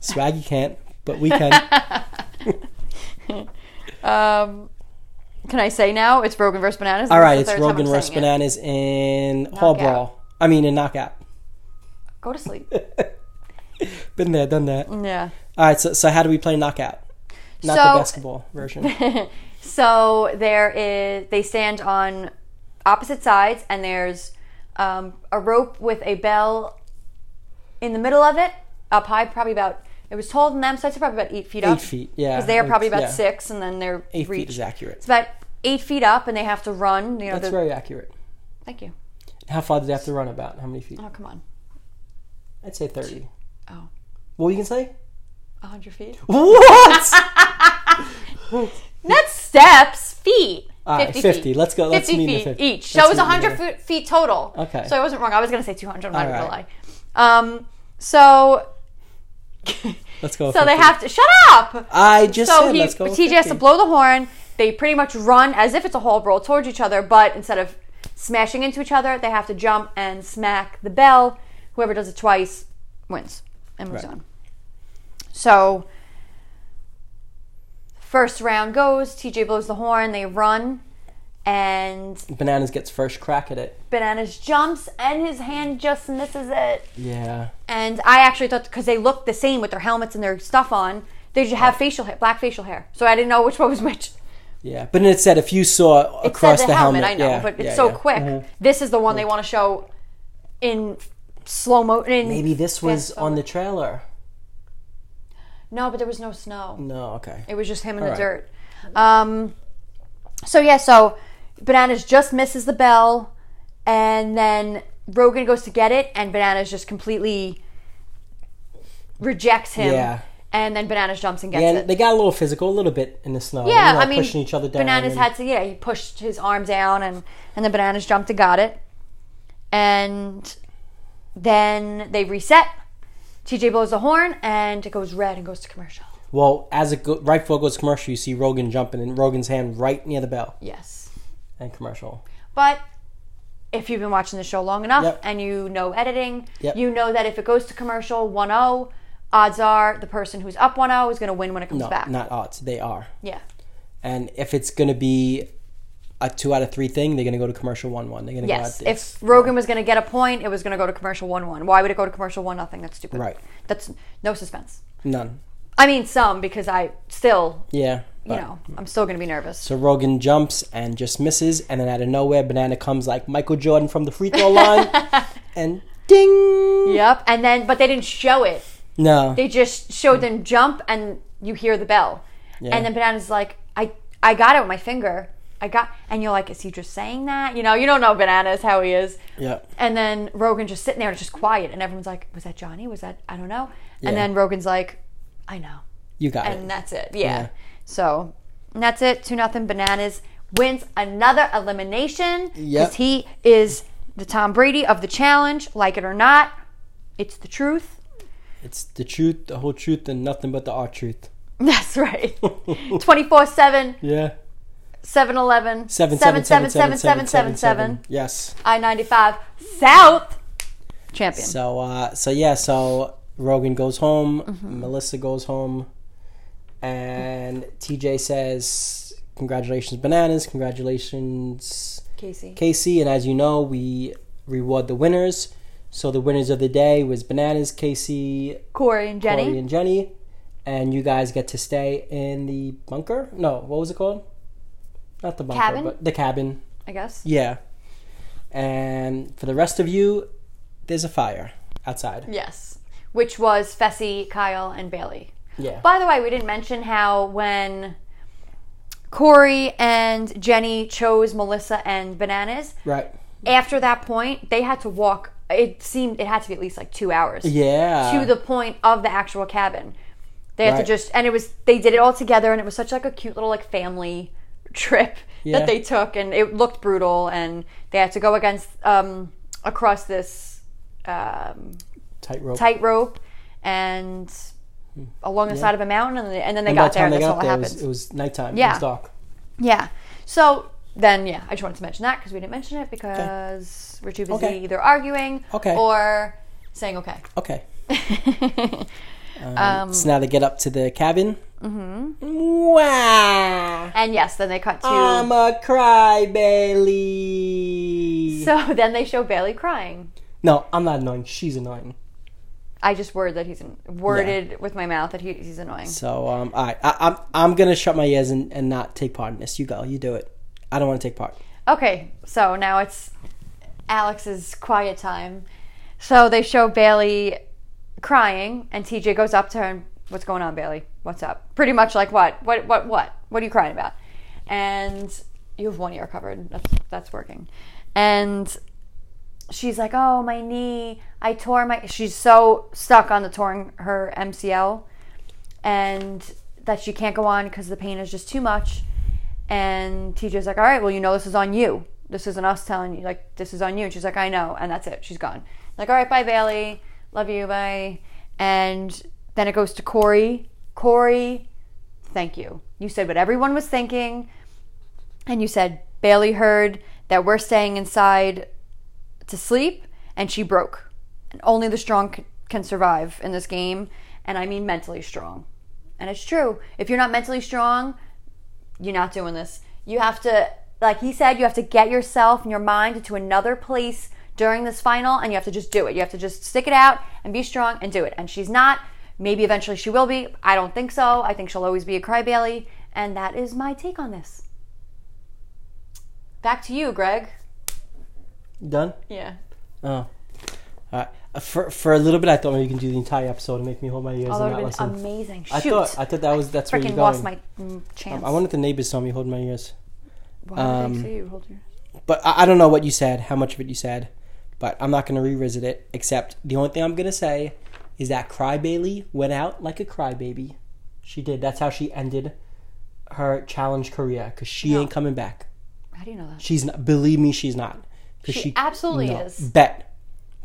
Swaggy can't, but we can.
[laughs] Um, can I say now? It's Rogan versus Bananas.
All
This
right,
is
it's
the third time
Rogan
I'm
versus
saying it.
Bananas in Hall
Knockout.
Brawl. I mean, in Knockout.
Go
[laughs]
to sleep.
Been there, done that.
yeah.
All right, so, so how do we play Knockout? Not the
So-
basketball
[laughs]
version.
So there is they stand on opposite sides, and there's um, a rope with a bell in the middle of it, up high, probably about. It was taller than them, so I'd say probably about eight feet up.
Eight feet, yeah.
Because they are
Like,
probably about
yeah.
six, and then they're
Eight
reach.
feet is accurate.
It's about eight feet up, and they have to run. You know,
That's
the-
very accurate.
Thank you.
How far did they have to run about? How many feet?
Oh, come on.
I'd say 30.
Oh,
What you can say?
a hundred feet.
What?
That's steps, feet.
All right, 50. Let's go. Let's
50
mean
feet
the 50.
each. So
Let's
it was
mean the
100 foot, feet total.
Okay.
So I wasn't wrong. I was going to say 200. I'm not
All
going
right.
to lie. Um, so.
[laughs] Let's go Ah, with
So
50.
they have to. Shut up! [laughs]
I just
so
said
he,
let's go. with
TJ has to
50.
blow the horn. They pretty much run as if it's a whole roll towards each other, but instead of smashing into each other, they have to jump and smack the bell. Whoever does it twice wins and moves
Right.
on. So first round goes. TJ blows the horn. They run, and
Bananas gets first crack at it.
Bananas jumps and his hand just misses it.
Yeah.
And I actually thought because they looked the same with their helmets and their stuff on, they just have facial hair, black facial hair. So I didn't know which one was which.
Yeah. But then it said if you saw
It said
across
the,
the,
helmet,
helmet,
I know,
yeah,
but it's
yeah,
so
yeah. Mm-hmm. Mm.
quick. This is the one they want to show in slow motion.
Maybe this was
Fast
on
forward.
the trailer.
No, but there was no snow.
Mm. No, okay.
It was just him in the
All right.
dirt. Um, so yeah, so Bananas just misses the bell, and then Rogan goes to get it, and Bananas just completely rejects him.
Yeah.
And then Bananas jumps and gets
Yeah,
it.
and they got a little physical, a little bit in the snow.
yeah,
you know,
I mean,
pushing each other down.
Bananas
and-
had to. Yeah, he pushed his arm down, and and then Bananas jumped and got it, and then they reset. TJ blows the horn, and it goes red and goes to commercial.
Well, as it go, right before it goes commercial, you see Rogan jumping and Rogan's hand right near the bell
Yes.
and commercial.
But if you've been watching the show long enough
Yep.
and you know editing,
Yep.
you know that if it goes to commercial 1 0, odds are the person who's up 1 0 is going to win when it comes
No,
back.
not odds. They are.
yeah.
And if it's going to be a two out of three thing, they're going to go to commercial one one. They're going to
Yes.
go out. it's-
If Rogan was going to get a point, it was going to go to commercial 1 1. Why would it go to commercial 1 nothing? That's stupid.
Right.
That's no suspense.
none,
I mean, some because I still,
yeah,
you
but-
know, I'm still going to be nervous.
So Rogan jumps and just misses, and then out of nowhere, Banana comes like Michael Jordan from the free throw
[laughs]
line, and ding.
yep. And then, but they didn't show it.
No,
they just showed them jump and you hear the bell and then bananas like i i got it with my finger i got and you're like is he just saying that you know you don't know bananas how he is
yeah,
and then rogan just sitting there and it's just quiet and everyone's like was that johnny was that i don't know
Yeah.
and then rogan's like i know
you got
and
it.
that's it yeah,
Yeah.
so and that's it two nothing bananas wins another elimination because
Yep.
he is the tom brady of the challenge like it or not it's the truth [laughs]
It's the truth, the whole truth, and nothing but the art truth. [laughs]
That's right. 24 7,
Yeah,
7 11,
seven seven seven seven seven seven seven. Yes.
I 95 South champion.
So uh, so yeah, so Rogan goes home, Melissa goes home, and TJ says, "Congratulations, bananas! Congratulations,
Casey.
Casey!" And as you know, we reward the winners. So the winners of the day was bananas, Casey,
Corey and Jenny.
Corey, and Jenny, and you guys get to stay in the bunker. No, what was it called? Not the bunker,
Cabin?
but the cabin.
I guess.
Yeah. And for the rest of you, there's a fire
Mm.
outside.
Yes. Which was Fessy, Kyle, and Bailey.
Yeah.
By the way, we didn't mention how when Corey and Jenny chose Melissa and Bananas,
right.
after that point, they had to walk. It seemed it had to be at least like two hours.
Yeah.
to the point of the actual cabin. They had
Right.
to just and it was they did it all together and it was such like a cute little like family trip
Yeah.
that they took and it looked brutal and they had to go against um across this um
tightrope.
tightrope and along the side of a mountain and, and then they
Hmm. And by
got
the
there
time
and
they
that's all
got
that
there, it
happened.
was, it was nighttime. It
Yeah.
was dark.
Yeah. So then, yeah, I just wanted to mention that because we didn't mention it because we're too busy
Okay.
either arguing
Okay.
or saying okay. [laughs]
Okay. um, so now they get up to the cabin. Mm-hmm. Wow.
And yes, then they cut to.
I'm a cry, Bailey.
[laughs] so then they show Bailey crying.
no, I'm not annoying. She's annoying.
I just worded that he's an- worded with my mouth that he, he's annoying.
So, um, all right. I, I'm, I'm going to shut my ears and, and not take part in this. You go. You do it. I don't want to take part.
Okay, so now it's Alex's quiet time. So they show Bailey crying, and TJ goes up to her and, "What's going on, Bailey? What's up?" Pretty much like, "What? What? What? What? What are you crying about?" And you have one ear covered. That's that's working. And she's like, "Oh, my knee. I tore my." She's so stuck on the torn her MCL, and that she can't go on because the pain is just too much. And TJ's like, all right, well, you know, this is on you. This isn't us telling you. Like, this is on you. And she's like, I know. And that's it. She's gone. Like, all right, bye, Bailey. Love you. Bye. And then it goes to Corey. Corey, thank you. You said what everyone was thinking. And you said, Bailey heard that we're staying inside to sleep. And she broke. And only the strong c- can survive in this game. And I mean mentally strong. And it's true. If you're not mentally strong, you're not doing this. You have to, like he said, you have to get yourself and your mind to another place during this final, and you have to just do it. You have to just stick it out and be strong and do it. And she's not. Maybe eventually she will be. I don't think so. I think she'll always be a crybaby. And that is my take on this. Back to you, Greg.
Done?
Yeah.
Oh. Alright. Uh, For for a little bit, I thought maybe you can do the entire episode and make me hold my ears
Although
and
it
not
would have
listen.
been amazing. Shoot.
I thought I thought that was that's uh, where you're
freaking
going.
lost my mm, chance.
I wonder if the neighbors saw me holding my ears.
Why
Um,
did I say you hold your?
But I, I don't know what you said, how much of it you said, but I'm not going to revisit it. Except the only thing I'm going to say is that Cry Bailey went out like a crybaby. She did. That's how she ended her challenge career because she
No.
ain't coming back.
How do you know that?
She's not. Believe me, she's not. 'Cause
She absolutely is.
Bet,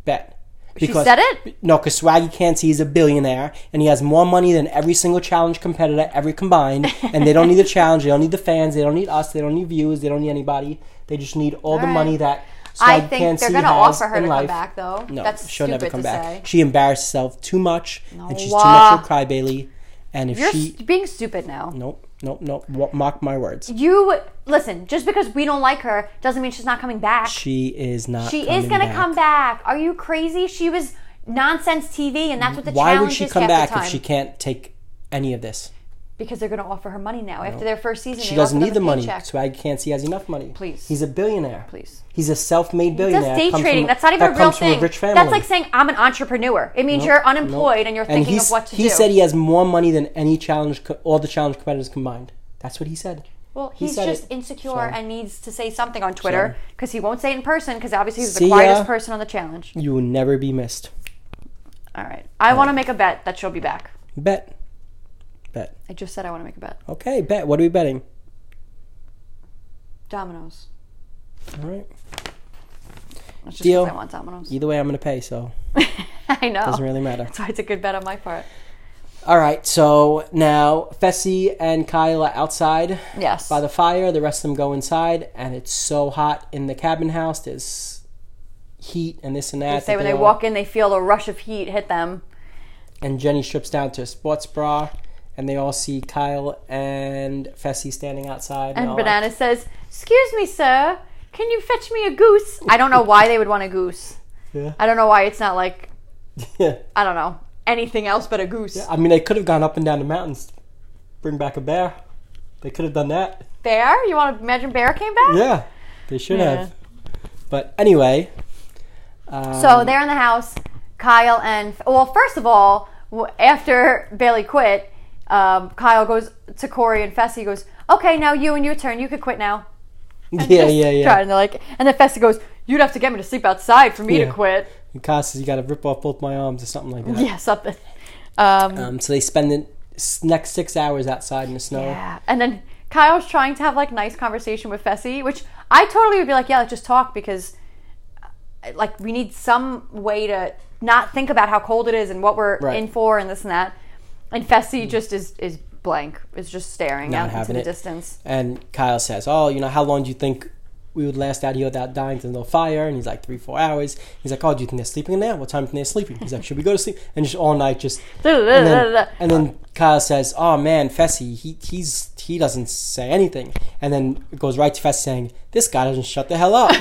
bet.
she said it.
No, because Swaggy can't see he's a billionaire and he has more money than every single challenge competitor ever combined. And they don't
[laughs]
need the challenge, they don't need the fans, they don't need us, they don't need views, they don't need anybody. They just need all, the
right.
money that Swaggy
I think
can't
they're
see
gonna
has
offer her
in
to
life.
come back though.
No,
That's
she'll
stupid
never come
to
back.
say.
She embarrassed herself too much, and she's too
No.
much of a crybaby. And if
You're
she,
st- being stupid now.
nope, nope, nope, wa- mark my words,
You listen. Just because we don't like her doesn't mean she's not coming back.
she is not.
She is
coming
gonna
back.
come back. Are you crazy? She was nonsense TV, and that's what the
Why
challenge
would she
is
come
half
back
the time.
if she can't take any of this?
Because they're gonna offer her money now after their first season.
She
they
doesn't
offered
need
them
the
a
money.
paycheck.
Swaggy can't see has enough money.
Please.
He's a billionaire.
Please.
He's a self-made billionaire.
That's day
Comes from-
trading. That's not even
that
a real
comes from
thing.
rich family.
That's like saying I'm an entrepreneur. It means you're unemployed and you're thinking
he's-
of what to
he
do.
said he has more money than any challenge, co- all the challenge competitors combined. That's what he said.
well,
he
he's
said
just
it.
insecure
So-
and needs to say something on Twitter because he won't say it in person because obviously he's
See
the quietest
ya.
person on the challenge.
You will never be missed.
All right, I want to make a bet that she'll be back.
Bet. Bet.
I just said I want to make a bet.
Okay, bet. What are we betting?
Dominoes.
All right.
That's just
Deal.
because I want dominoes.
Either way, I'm going to pay, so
[laughs] I know.
it doesn't really matter.
So it's a good bet on my part.
All right, so now Fessy and Kyle are outside
Yes.
by the fire. The rest of them go inside, and it's so hot in the cabin house. There's heat and this and that.
say
that
when
they
they
all-
walk in, they feel a rush of heat hit them.
and Jenny strips down to a sports bra, and they all see Kyle and Fessy standing outside.
And
all that.
Banana says, "Excuse me, sir. Can you fetch me a goose?" I don't know why they would want a goose.
Yeah. [laughs]
I don't know why it's not like
Yeah.
I don't know anything else but a goose.
I mean, they could have gone up and down the mountains, to bring back a bear. They could have done that.
Bear? You want to imagine bear came back?
Yeah, they should
Yeah.
have. But anyway. Um,
So they're in the house. Kyle and well, first of all, w- after Bailey quit, um, Kyle goes to Corey and Fessy goes, "Okay, now you and your turn. You could quit now." [laughs]
yeah, yeah, yeah.
Try, and they're like, and then Fessy goes, "You'd have to get me to sleep outside for me
Yeah.
to quit." [laughs]
And Kyle says, You gotta rip off both my arms or something like that.
Yeah, something. Um,
Um, so they spend the s- next six hours outside in the snow.
Yeah. And then Kyle's trying to have like nice conversation with Fessy, which I totally would be like, yeah, let's just talk because uh, like we need some way to not think about how cold it is and what we're
Right. Mm-hmm.
in for and this and that. And Fessy just is is blank, is just staring
Not
out into
having
the
it.
distance.
And Kyle says, Oh, you know, how long do you think we would last out here without dying to no fire? And he's like, Three, four hours. He's like, Oh, do you think they're sleeping now? What time do you think they're sleeping? He's like, Should we go to sleep? And just all night,
[laughs]
just. And then, and then Kyle says, "Oh man, Fessy, he he's he doesn't say anything." And then it goes right to Fessy saying, "This guy doesn't shut the hell
[laughs]
up."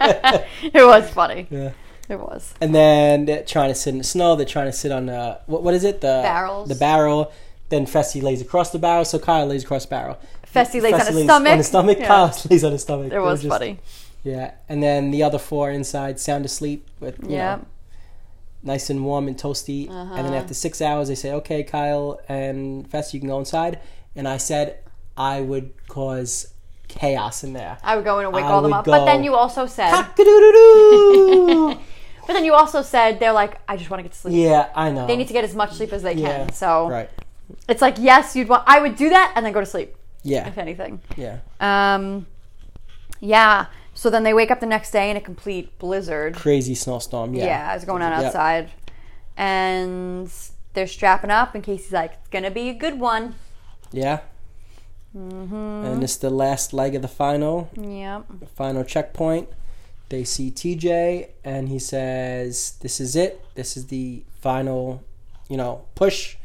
it was funny.
Yeah.
It was.
and then they're trying to sit in the snow. They're trying to sit on the what, what is it? The
Barrels.
The barrel. Then Fessy lays across the barrel, so Kyle lays across the barrel.
Fessy lays on
Fessy
his stomach.
On his stomach,
[laughs] Yeah.
Kyle [laughs] lays on his stomach.
It was funny.
Yeah, and then the other four inside sound asleep with you
Yeah. Uh-huh.
know, nice and warm and toasty. And then after six hours, they say, "Okay, Kyle and Fess, you can go inside." And I said, "I would cause chaos in there."
I would go in and wake
I
all them
would
up. But
go-
then you also said [laughs]
Cock-a-doodle-doo!
But then you also said they're like, I just want to get to sleep.
yeah, I know.
They need to get as much sleep as they
Yeah.
can. So
right.
It's like yes, you'd want. I would do that and then go to sleep
Yeah,
if anything.
yeah.
Um, yeah. So then they wake up the next day in a complete blizzard.
Crazy snowstorm. Yeah,
Yeah, it's going on
Yep.
outside, and they're strapping up. And Casey's like, "It's gonna be a good one."
Yeah. Mm-hmm. And it's the last leg of the final.
Yeah.
final checkpoint. They see TJ and he says, This is it. This is the final, you know, push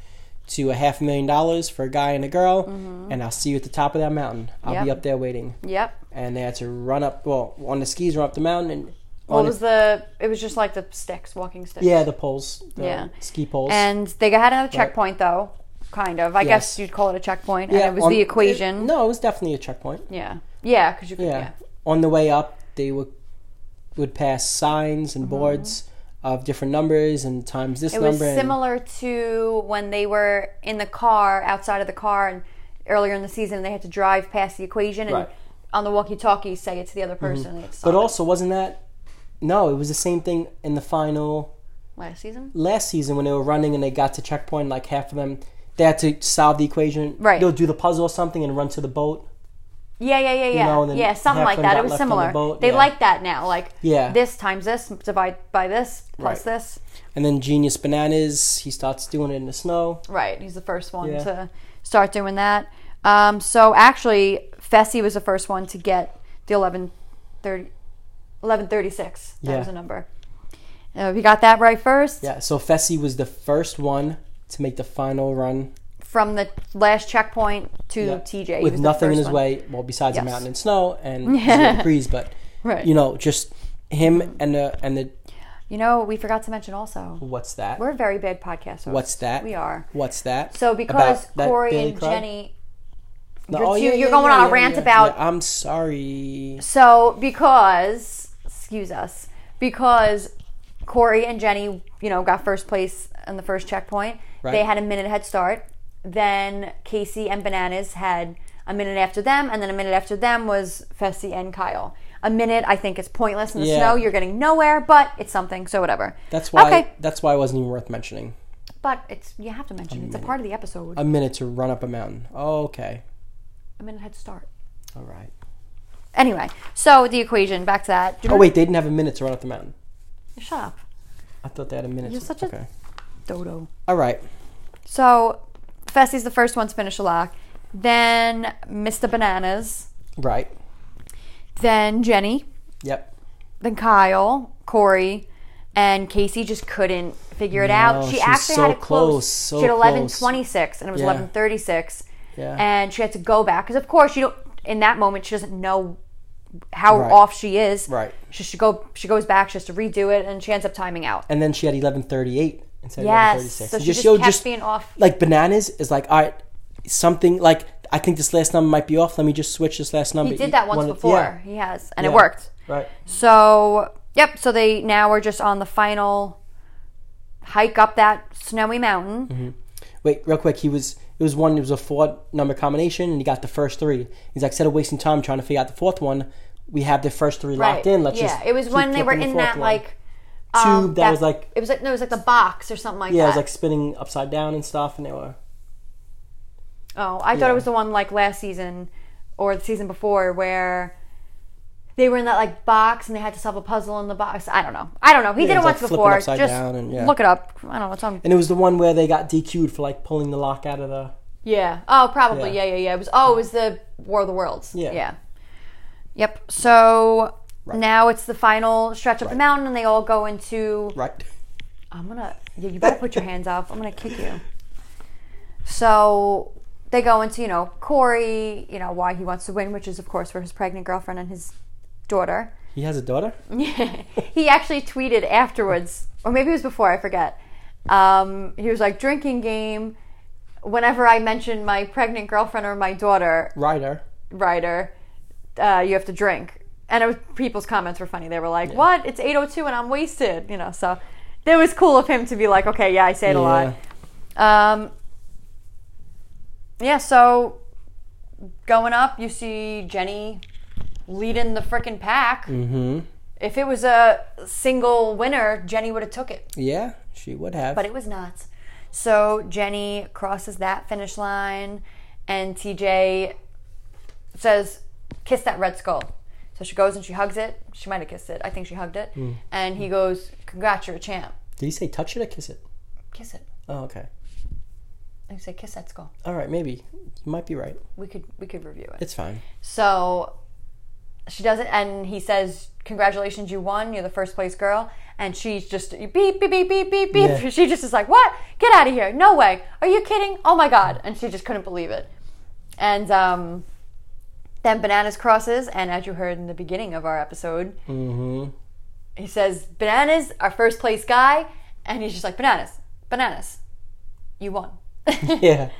to a half million dollars for a guy and a girl. And I'll see you at the top of that mountain. I'll be
Mm-hmm. Yep.
up there waiting.
Yep.
And they had to run up, well, on the skis, run up the mountain. And
What
on
was the? It was just like the sticks, walking sticks.
yeah, the poles. The
Yeah.
Ski poles.
And they had another checkpoint though, kind of. I
Yes.
guess you'd call it a checkpoint.
yeah,
and it was
on-
the equation.
it- no, it was definitely a checkpoint.
Yeah. Yeah, because you could.
Yeah.
yeah.
On the way up, they would would pass signs and boards of different numbers and times this
Mm-hmm. It was
number. and-
similar to when they were in the car outside of the car and earlier in the season they had to drive past the equation and
Right. Mm-hmm.
on the walkie-talkie say it to the other person. and it's
But
solved.
also, wasn't that? No, it was the same thing in the final
last season,
last season when they were running and they got to checkpoint. Like half of them, they had to solve the equation.
Right.
They'll do the puzzle or something and run to the boat.
yeah, yeah, yeah, yeah,
know, and then
yeah, something
half
like
of them
that.
got
It was
left on the
similar.
boat,
They
yeah.
like that now. Like
Yeah.
this times this divide by this plus
Right.
this.
And then Genius Bananas, he starts doing it in the snow.
Right, he's the first one
Yeah.
to start doing that. Um, so actually, Fessy was the first one to get the 1130, 1136. That
Yeah.
was a number. Uh, we got that right first
Yeah. So Fessy was the first one to make the final run
from the last checkpoint to
yeah,
TJ He
with
was the
nothing in his
first one.
way. Well, besides
Yes.
a mountain and snow and
[laughs]
zero degrees, but
Right.
you know, just him and the and the
You know, we forgot to mention also
what's that?
we're a very bad podcast. hosts.
What's that?
We are.
What's that?
So because
About that
Corey
Daily
and
Crud?
Jenny,
No,
you're,
oh,
too-
yeah,
you're
yeah,
going
yeah,
on a
yeah,
rant
yeah.
about
Yeah, I'm sorry.
So because excuse us, because Corey and Jenny, you know, got first place on the first checkpoint.
Right.
They had a minute head start. Then Casey and Bananas had a minute after them, and then a minute after them was Fessy and Kyle. A minute, I think, is pointless in the
Yeah.
snow. You're getting nowhere, but it's something, so whatever.
That's why.
Okay,
That's why it wasn't even worth mentioning.
but it's you have to mention
Um,
it's a part of the episode.
A minute to run up a mountain. Oh, okay.
a minute head start.
All right.
Anyway, so the equation back to that.
Oh wait, they didn't have a minute to run up the mountain.
shut up,
I thought they had a minute.
You're
to-
such a-
okay.
Dodo.
All right.
So Fessy's the first one to finish a lock. Then Mr. Bananas.
Right.
Then Jenny.
Yep.
Then Kyle, Corey, and Casey just couldn't figure it out. She
she's
actually
so
had it close.
close, so
she had eleven
close.
twenty six, and it was
Yeah.
eleven thirty six,
Yeah.
and she had to go back because, of course, you don't. In that moment, she doesn't know how
Right.
off she is.
Right.
She should go. She goes back. She has to redo it, and she ends up timing out.
and then she had 11:38 instead of
Yes.
11:36.
So
It
she
just
just
showed
kept being off.
Like bananas is like all right, something like I think this last number might be off. Let me just switch this last number. E
He did that once
one of-
before.
yeah,
He has, and it
yeah.
worked.
Right.
So, yep. So they now are just on the final hike up that snowy mountain.
Wait, real quick. He was it was one. It was a four number combination, and he got the first three. He's like, instead of wasting time trying to figure out the fourth one, we have the first three locked in. Let's
yeah.
just
it was
keep
when they were
flipping the fourth
in that
one."
like
tube
um,
that, was like
it was like no, it was like the box or something like
yeah, it
that.
was like spinning upside down and stuff, and they were
oh, I thought it was the one like last season or the season before where. They were in that like box, and they had to solve a puzzle in the box. I don't know. I don't know. He did
it
it
was,
once
like, flipping
before.
upside
Just
down and- yeah.
look it up. I don't know. It's on.
and it was the one where they got DQ'd for like pulling the lock out of the
Yeah. Oh, probably. Yeah.
Yeah.
yeah, yeah, It was. Oh, it was the War of the Worlds.
Yeah.
Yeah. Yep. So now it's the final stretch up the mountain, and they all go into.
right.
I'm gonna. Yeah, you better put your hands up. I'm gonna kick you. So they go into you know Corey, you know why he wants to win, which is of course for his pregnant girlfriend and his daughter.
He has a daughter.
Mm-hmm. [laughs] he actually tweeted afterwards, or maybe it was before, I forget. Um, he was like, drinking game. Whenever I mention my pregnant girlfriend or my daughter,
Ryder.
Ryder, uh, you have to drink. And it was, people's comments were funny. They were like, what? It's 8.02 and I'm wasted. You know, so it was cool of him to be like, okay, yeah, I say it a lot. Um, yeah, so going up, you see Jenny leading the frickin' pack.
Mm-hmm.
If it was a single winner, Jenny would have took it,
Yeah, she would have.
but it was not. So Jenny crosses that finish line, and TJ says, "Kiss that red skull." So she goes and she hugs it. She might have kissed it. I think she hugged it. And he goes, "Congrats, you're a champ.
Did he say touch it or kiss it?
Kiss it."
Oh, okay.
And he said, "Kiss that skull."
All right, maybe. You might be right.
We could we could review it.
It's fine.
So she does it, and he says, "Congratulations, you won. You're the first place girl." And she's just beep beep beep beep beep beep.
Yeah.
[laughs] She just is like, "What? Get out of here! No way! Are you kidding? Oh my god!" And she just couldn't believe it. And um, then bananas crosses, and as you heard in the beginning of our episode,
Mm-hmm.
he says, "Bananas, our first place guy," and he's just like, "Bananas, bananas, you won." [laughs]
Yeah.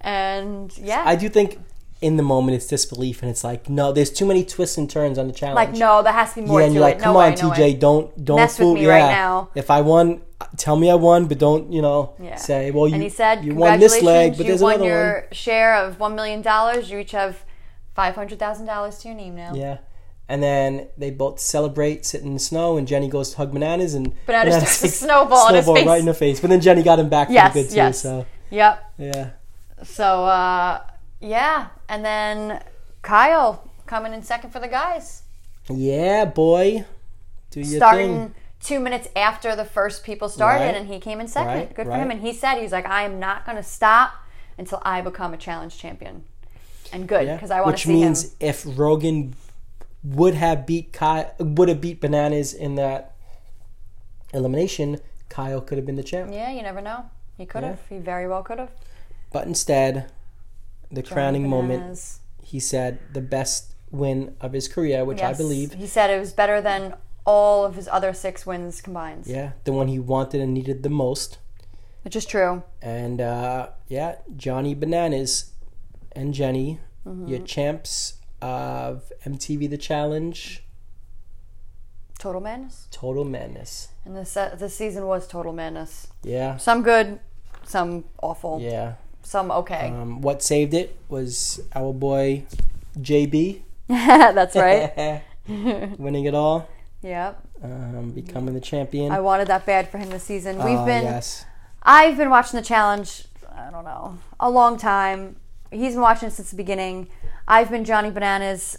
And yeah,
I do think in the moment it's disbelief and it's like, no, there's too many twists and turns on the challenge.
like no, there has to be more
Yeah,
to
and you're like,
it.
come
no
on,
way, no
TJ,
way.
don't don't
Mess with
fool
me
yeah.
right now.
If I won, tell me I won, but don't you know
Yeah.
say, well, you
and he said,
you won this leg,
"Congratulations,
but
you
there's
won
another
your
one.
share of one million dollars. You each have five hundred thousand dollars to your name now.
Yeah. And then they both celebrate, sit in the snow, and Jenny goes to hug Bananas, and
Bananas
Bananas [laughs]
just throws a
takes
snowball in his face.
right in the face. But then Jenny got him back
Yes,
pretty good too.
yes.
So
Yep.
yeah,
So uh, yeah, and then Kyle coming in second for the guys,
yeah, boy, do your thing.
starting two minutes after the first people started,
Right.
and he came in second.
Right,
Good for
right.
him. And he said he's like, I am not going to stop until I become a challenge champion. And good because I want to
Which
see
means
him.
if Rogan would have beat Kyle, would have beat Bananas in that elimination, Kyle could have been the champ.
Yeah, you never know. He could have. He very well could have.
But instead, the crowning moment,
Bananas.
he said the best win of his career, which I
Yes.
believe.
He said it was better than all of his other six wins combined,
Yeah, the one he wanted and needed the most.
which is true.
And uh, yeah, Johnny Bananas and Jenny,
Mm-hmm.
your champs of MTV The Challenge,
Total madness.
Total Madness.
And this, uh, this season was total madness.
Yeah,
Some good, some awful,
yeah.
some okay.
Um, what saved it was our boy JB Uh.
[laughs]
[laughs]
That's right.
winning it all,
yep.
um, becoming the champion.
I wanted that bad for him this season. We've
Oh,
been,
yes,
I've been watching the challenge. I don't know a long time. He's been watching it since the beginning. I've been Johnny Bananas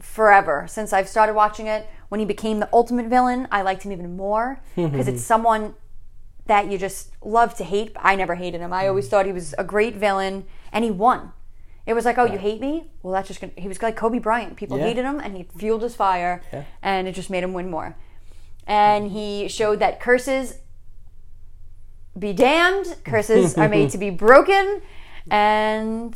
forever since I've started watching it. When he became the ultimate villain, I liked him even more because it's someone that you just love to hate. I never hated him. I always thought he was a great villain, and he won. It was like, oh, you hate me? Well, that's just gonna. He was like Kobe Bryant. People
Yeah.
hated him, and he fueled his fire, and it just made him win more. And he showed that curses be damned,
[laughs]
curses are made to be broken, and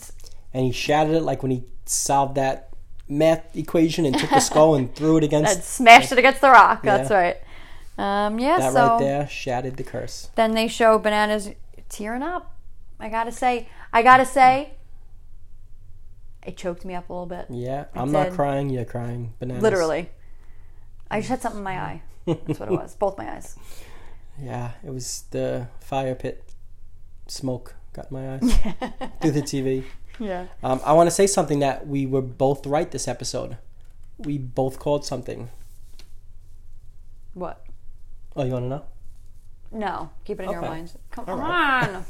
and he shattered it like when he solved that math equation and took the skull and threw it
and
against
smashed it against the rock. That's
Yeah.
right. Um, yeah.
that
so
right there, shattered the curse.
then they show bananas tearing up. I gotta say, I gotta say, it choked me up a little bit.
Yeah, I'm not
did.
crying. You're crying. Bananas.
Literally, I just had something in my eye. That's what it was. Both my
[laughs]
eyes.
Yeah, it was the fire pit smoke got my
[laughs]
eyes through the TV.
Yeah.
Um, I want to say something that we were both right this episode. We both called something.
What?
Oh, you want to know?
No. Keep it in your
Okay.
mind.
[laughs]
Come on.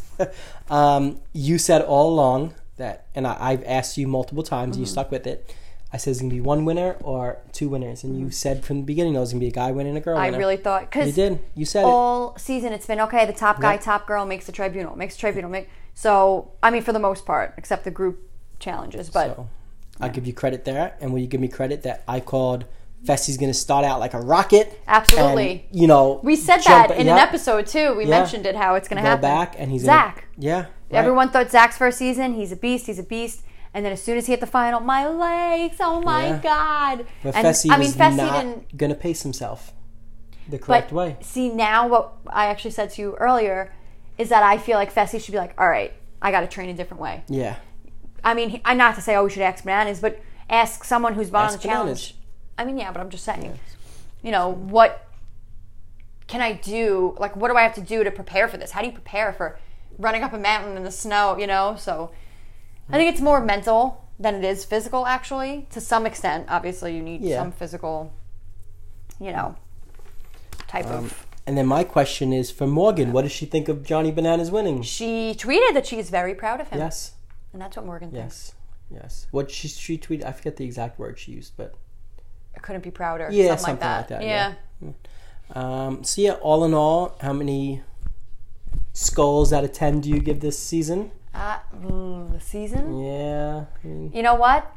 Um, you said all along that, and I, I've asked you multiple times,
Mm-hmm.
and you stuck with it. I said it's gonna be one winner or two winners, and you said from the beginning it was gonna be a guy winning and a girl
Mm-hmm. I
winner.
really Oh, thought
you
because
did. You said it.
all season it's been okay. The top guy,
Yep.
top girl makes the tribunal, makes the tribunal. Make so. I mean, for the most part, except the group challenges, but.
So I'll give you credit there, and will you give me credit that I called Fessy's gonna start out like a rocket? and,
Absolutely.
you know,
We said
jump-
that in
yeah,
an episode too. We
Yeah.
mentioned it how it's going to
Go
happen.
back, and he's
Zach.
Gonna, yeah. right.
Everyone thought Zach's first season, he's a beast, he's a beast. And then as soon as he hit the final, my legs, oh my
Yeah.
god!
But
and
Fessy
I mean,
was
Fessy
not
didn't.
gonna pace himself the correct
But
way.
see, now what I actually said to you earlier is that I feel like Fessy should be like, all right, I got to train a different way.
Yeah.
I mean, he, I'm not to say oh we should ask bananas, but ask someone who's been on
Ask
the challenge. I mean, yeah, but I'm just saying, you know, what can I do? Like, what do I have to do to prepare for this? How do you prepare for running up a mountain in the snow? You know, so I think it's more mental than it is physical, actually, to some extent. Obviously, you need
Yeah.
some physical, you know, type
Um,
of.
And then my question is for Morgan, what does she think of Johnny Bananas winning?
She tweeted that she's very proud of him,
Yes.
and that's what Morgan thinks.
Yes. Yes. What she she tweeted, I forget the exact word she used, but
I couldn't be prouder.
Yeah,
something, like that.
yeah.
yeah.
um so yeah, all in all, how many skulls out of 10 do you give this season?
Uh, mm, the season?
Yeah. I mean,
You know what?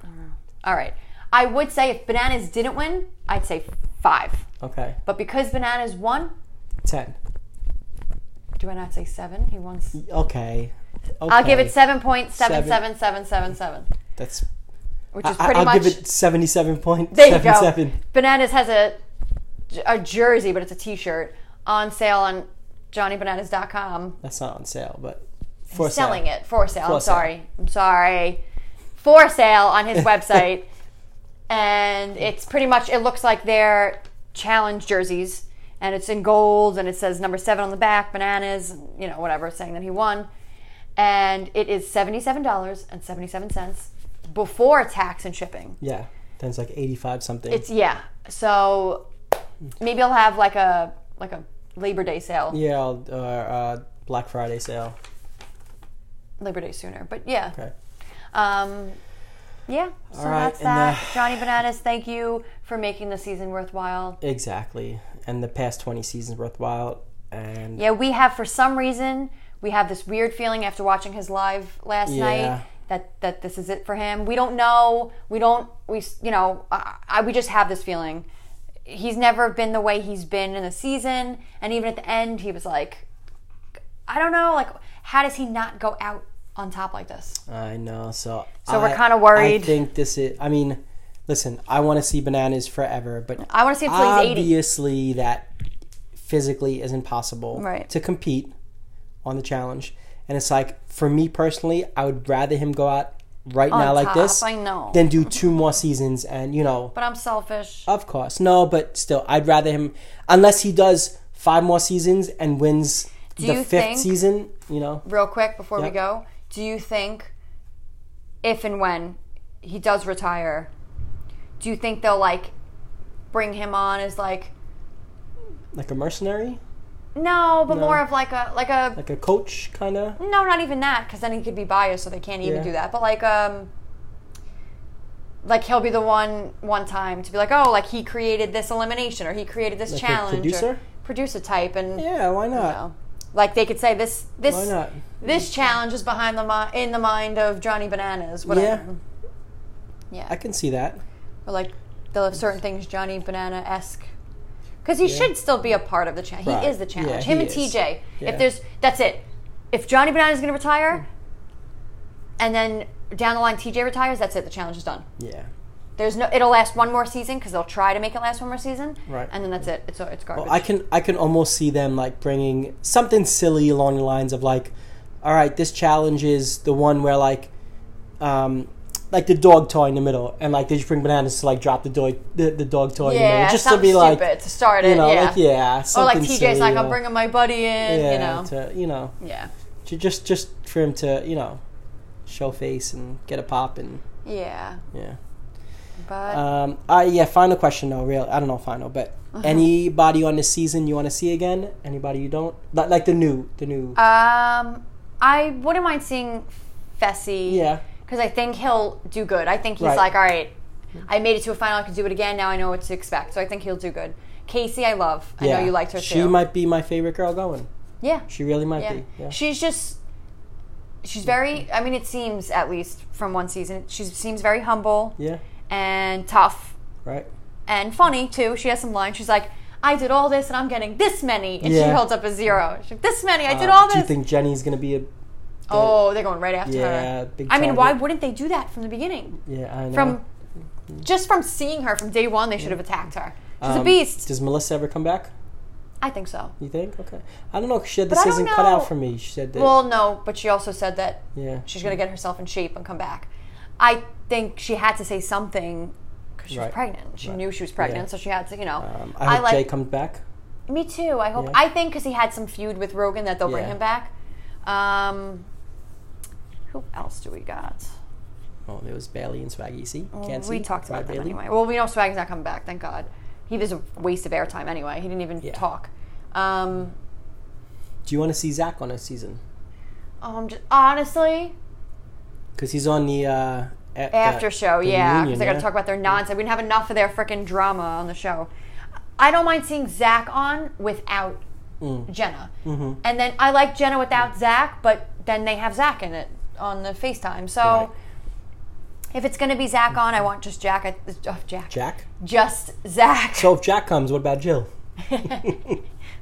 Uh, All right. I would say if Bananas didn't win, I'd say five.
okay.
But because Bananas won,
10.
do I not say seven? He won. s-
Okay. okay.
I'll give it 7.77777,
That's
which is
I,
pretty
I'll
much.
give it 77.77.
there you go. Bananas has a, a jersey, but it's a t shirt on sale on johnnybananas.com.
That's not on sale, but for
selling
sale.
it for sale.
For
I'm
sale.
sorry. I'm sorry. For sale
[laughs]
on his website. and it's pretty much it looks like their challenge jerseys and it's in gold and it says number 7 on the back, bananas, you know, whatever saying that he won. And it is $77.77. before tax and shipping.
Yeah. Then it's like 85 something.
It's yeah. So maybe I'll have like a like a Labor Day sale.
yeah, I'll- or uh, Black Friday sale.
Labor Day sooner. But yeah.
Okay.
Um, yeah. So
right,
that's
and,
that.
uh,
Johnny Bananas, thank you for making the season worthwhile.
Exactly. And the past 20 seasons worthwhile. And
Yeah, we have for some reason we have this weird feeling after watching his live last
Yeah.
night that that this is it for him. We don't know. We don't. We s- you know. I, I we just have this feeling. He's never been the way he's been in the season, and even at the end, he was like, I don't know. Like, how does he not go out on top like this?
I know. So
So we're
I-
kinda worried.
I think this is. I mean, listen. I want to see bananas forever, but
I want to see him till he's eighty.
obviously that physically is impossible
Right.
to compete on the challenge. And it's like for me personally, I would rather him go out right now like
top,
this
I know.
than do two more seasons and you know
But I'm selfish.
of course. No, but still I'd rather him unless he does five more seasons and wins the
you
fifth
think-
season, you know.
real quick before we
Yep.
go, do you think if and when he does retire, do you think they'll like bring him on as like
Like a mercenary?
no, but
No.
more of like a like a
Like a coach kinda?
no, not even that because then he could be biased, so they can't even
Yeah.
do that. But like um. Like he'll be the one one time to be like, oh, like he created this elimination or he created this
Like a
challenge, or
producer?
producer type, and
Yeah, why
you
not?
know, like they could say this this
Why not?
this challenge is behind the mi- in the mind of Johnny Bananas. Whatever. Yeah.
I can see that.
or like they'll have certain things Johnny Banana esque. Because he should still be a part of the challenge.
Right.
He is the challenge.
Yeah,
Him
he
and
is.
TJ.
Yeah.
If there's that's it. If Johnny Banana is going to retire, and then down the line TJ retires, that's it. The challenge is done.
Yeah.
There's no. It'll last one more season because they'll try to make it last one more season.
Right.
And then that's it. It's it's garbage.
I can I can almost see them like bringing something silly along the lines of like, all right, this challenge is the one where like, um, like the dog toy in the middle, and like they just bring bananas to like drop the dog the, the dog toy in the
yeah,
middle, just to
something
be like,
stupid to start it.
you know,
yeah.
like yeah,
or like
something
TJ's
silly,
like,
uh,
I'm bringing my buddy in.
yeah,
you know.
to, you know,
yeah.
ju- just just for him to you know, show face and get a pop and
Yeah.
yeah.
But
Um, uh, yeah, final question though. Real, I don't know final, but
Uh-huh.
anybody on this season you want to see again? Anybody you don't like? Like the new, the new.
Um, I wouldn't mind seeing Fessy.
Yeah.
Because I think he'll do good. I think he's
Right.
like, all right, I made it to a final. I can do it again. Now I know what to expect. So I think he'll do good. Casey, I love. I know you liked her
She
too.
might be my favorite girl going.
yeah.
She really might
yeah.
be. Yeah.
She's just. She's very. I mean, it seems at least from one season, she seems very humble
yeah.
and tough
Right.
and funny too. She has some lines. She's like, "I did all this, and I'm getting this many." And she
Yeah.
holds up a zero. She's like, "This many. I did
Uh,
all
Do you
this."
think Jenny's gonna be a?
Oh, they're going right after
Yeah,
her.
big
I mean, why
target.
wouldn't they do that from the beginning?
Yeah, I know.
From just from seeing her from day one, they should have attacked her. She's a
Um,
beast.
Does Melissa ever come back?
I think so.
You think? Okay. I don't know. 'cause She said
But I
this
don't
isn't cut
know.
out for me. She said that.
Well, no, but she also said that
yeah.
she's going to get herself in shape and come back. I think she had to say something because she was
Right.
pregnant. She
Right.
knew she was pregnant,
Yeah.
so she had to, you know.
Um, I hope
like
Jay comes back.
me too. I hope.
Yeah.
I think because he had some feud with Rogan that they'll bring
Yeah.
him back. Um, who else do we got?
Oh, there was Bailey and Swaggy. See, can't see.
Oh, we talked
Why
about that
Bailey?
anyway. Well, we know Swag's not coming back. Thank God. He was a waste of airtime anyway. He didn't even
Yeah.
talk. Um,
Do you want to see Zach on a season?
oh, I'm just honestly
Because he's on the uh, a- the-
after show,
the
yeah,
reunion,
because I got to
yeah?
talk about their nonsense. We didn't have enough of their freaking drama on the show. I don't mind seeing Zach on without
Mm.
Jenna,
Mm-hmm.
and then I like Jenna without Zach, but then they have Zach in it on the Facetime. So
Right.
if it's gonna be Zach on, I want just Jack. I- Oh, Jack.
Jack.
Just Zach. [laughs]
So if Jack comes, what about Jill? [laughs]
no,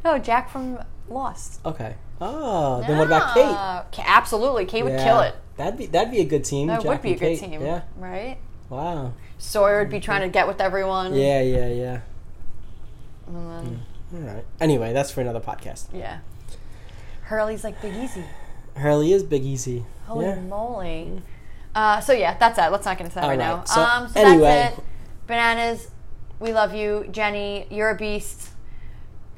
Oh, Jack from Lost.
Okay. Oh, then what about Kate?
Ah, Ka- absolutely, Kate would
Yeah.
kill it.
That'd be that'd be a good team.
That
Jack
would be a
and
good
Kate.
team,
Yeah.
right?
Wow.
Sawyer would be trying to get with everyone.
Yeah, yeah, yeah.
And then,
All right. Anyway, that's for another podcast.
yeah. Hurley's like Big Easy.
Hurley is Big Easy.
Holy
yeah.
moly. Uh, so yeah, that's it. Let's not get into that right,
All
now.
right, so
um, so
anyway.
that's it. Bananas, we love you, Jenny. You're a beast.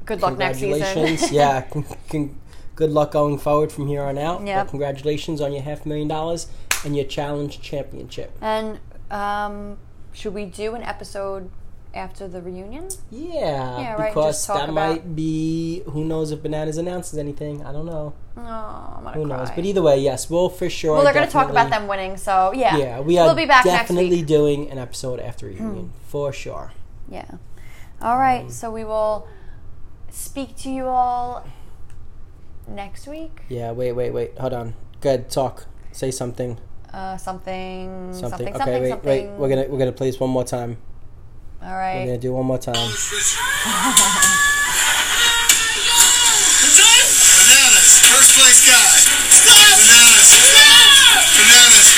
Good luck next season. [laughs]
Congratulations. yeah. Con- con- good luck going forward from here on out. Well,
Yep.
congratulations on your half million dollars. and your challenge championship.
And um, should we do an episode after the reunion?
Yeah,
Yeah, right,
because
just talk
that
about-
might be who knows if Bananas announces anything. I don't know.
Oh, I'm gonna
Who
cry.
knows? But either way, yes, we'll for sure.
well, they're going to talk about
definitely-
them winning, so yeah.
Yeah, we are
we'll be back
definitely
next week. Hmm.
doing an episode after reunion for sure.
Yeah. All right, so we will speak to you all next week.
Yeah, wait, wait, wait. Hold on. Good talk. Say something.
Uh, something, something,
Something.
something,
okay,
something.
wait, wait. We're gonna we're gonna play this one more time.
All
We're
right.
gonna do one more time.
Bananas, first place guy. Bananas. Bananas.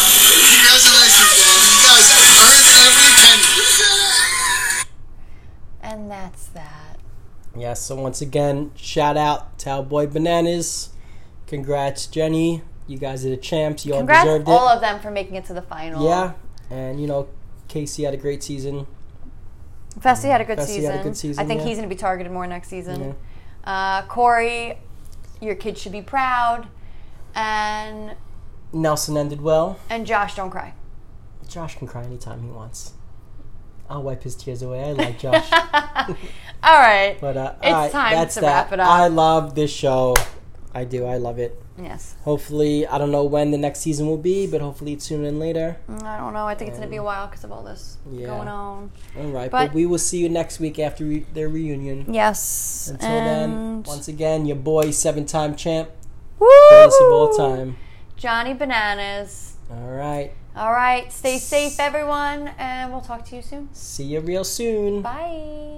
Congratulations, Bananas. You guys earned every penny.
And that's that.
Yeah, so once again, shout out to our boy Bananas. Congrats, Jenny. You guys are the champs. You all
Congrats
deserved it.
all of them for making it to the final.
yeah, and you know, Casey had a great season.
Fessy had a good,
Fessy
season.
had a good season,
I think
yeah.
he's going to be targeted more next season. Uh, Corey, your kid should be proud. And
Nelson ended well.
and Josh, don't cry. [laughs]
Josh can cry anytime he wants. I'll wipe his tears away. I like Josh.
[laughs] All right.
But uh, all
It's
right,
time
that's
to
that.
wrap it up.
I love this show. I do. I love it.
Yes.
Hopefully, I don't know when the next season will be, but hopefully it's sooner than later.
I don't know. I think it's going to be a while because of all this
Um, Yeah.
going on.
All right, but,
But-
we will see you next week after re- their reunion.
Yes.
Until then,
and
once again, your boy, seven-time champ, best of all
Woo!
time.
Johnny Bananas.
All right,
All right. Stay safe, everyone. And we'll talk to you soon.
see you real soon.
Bye.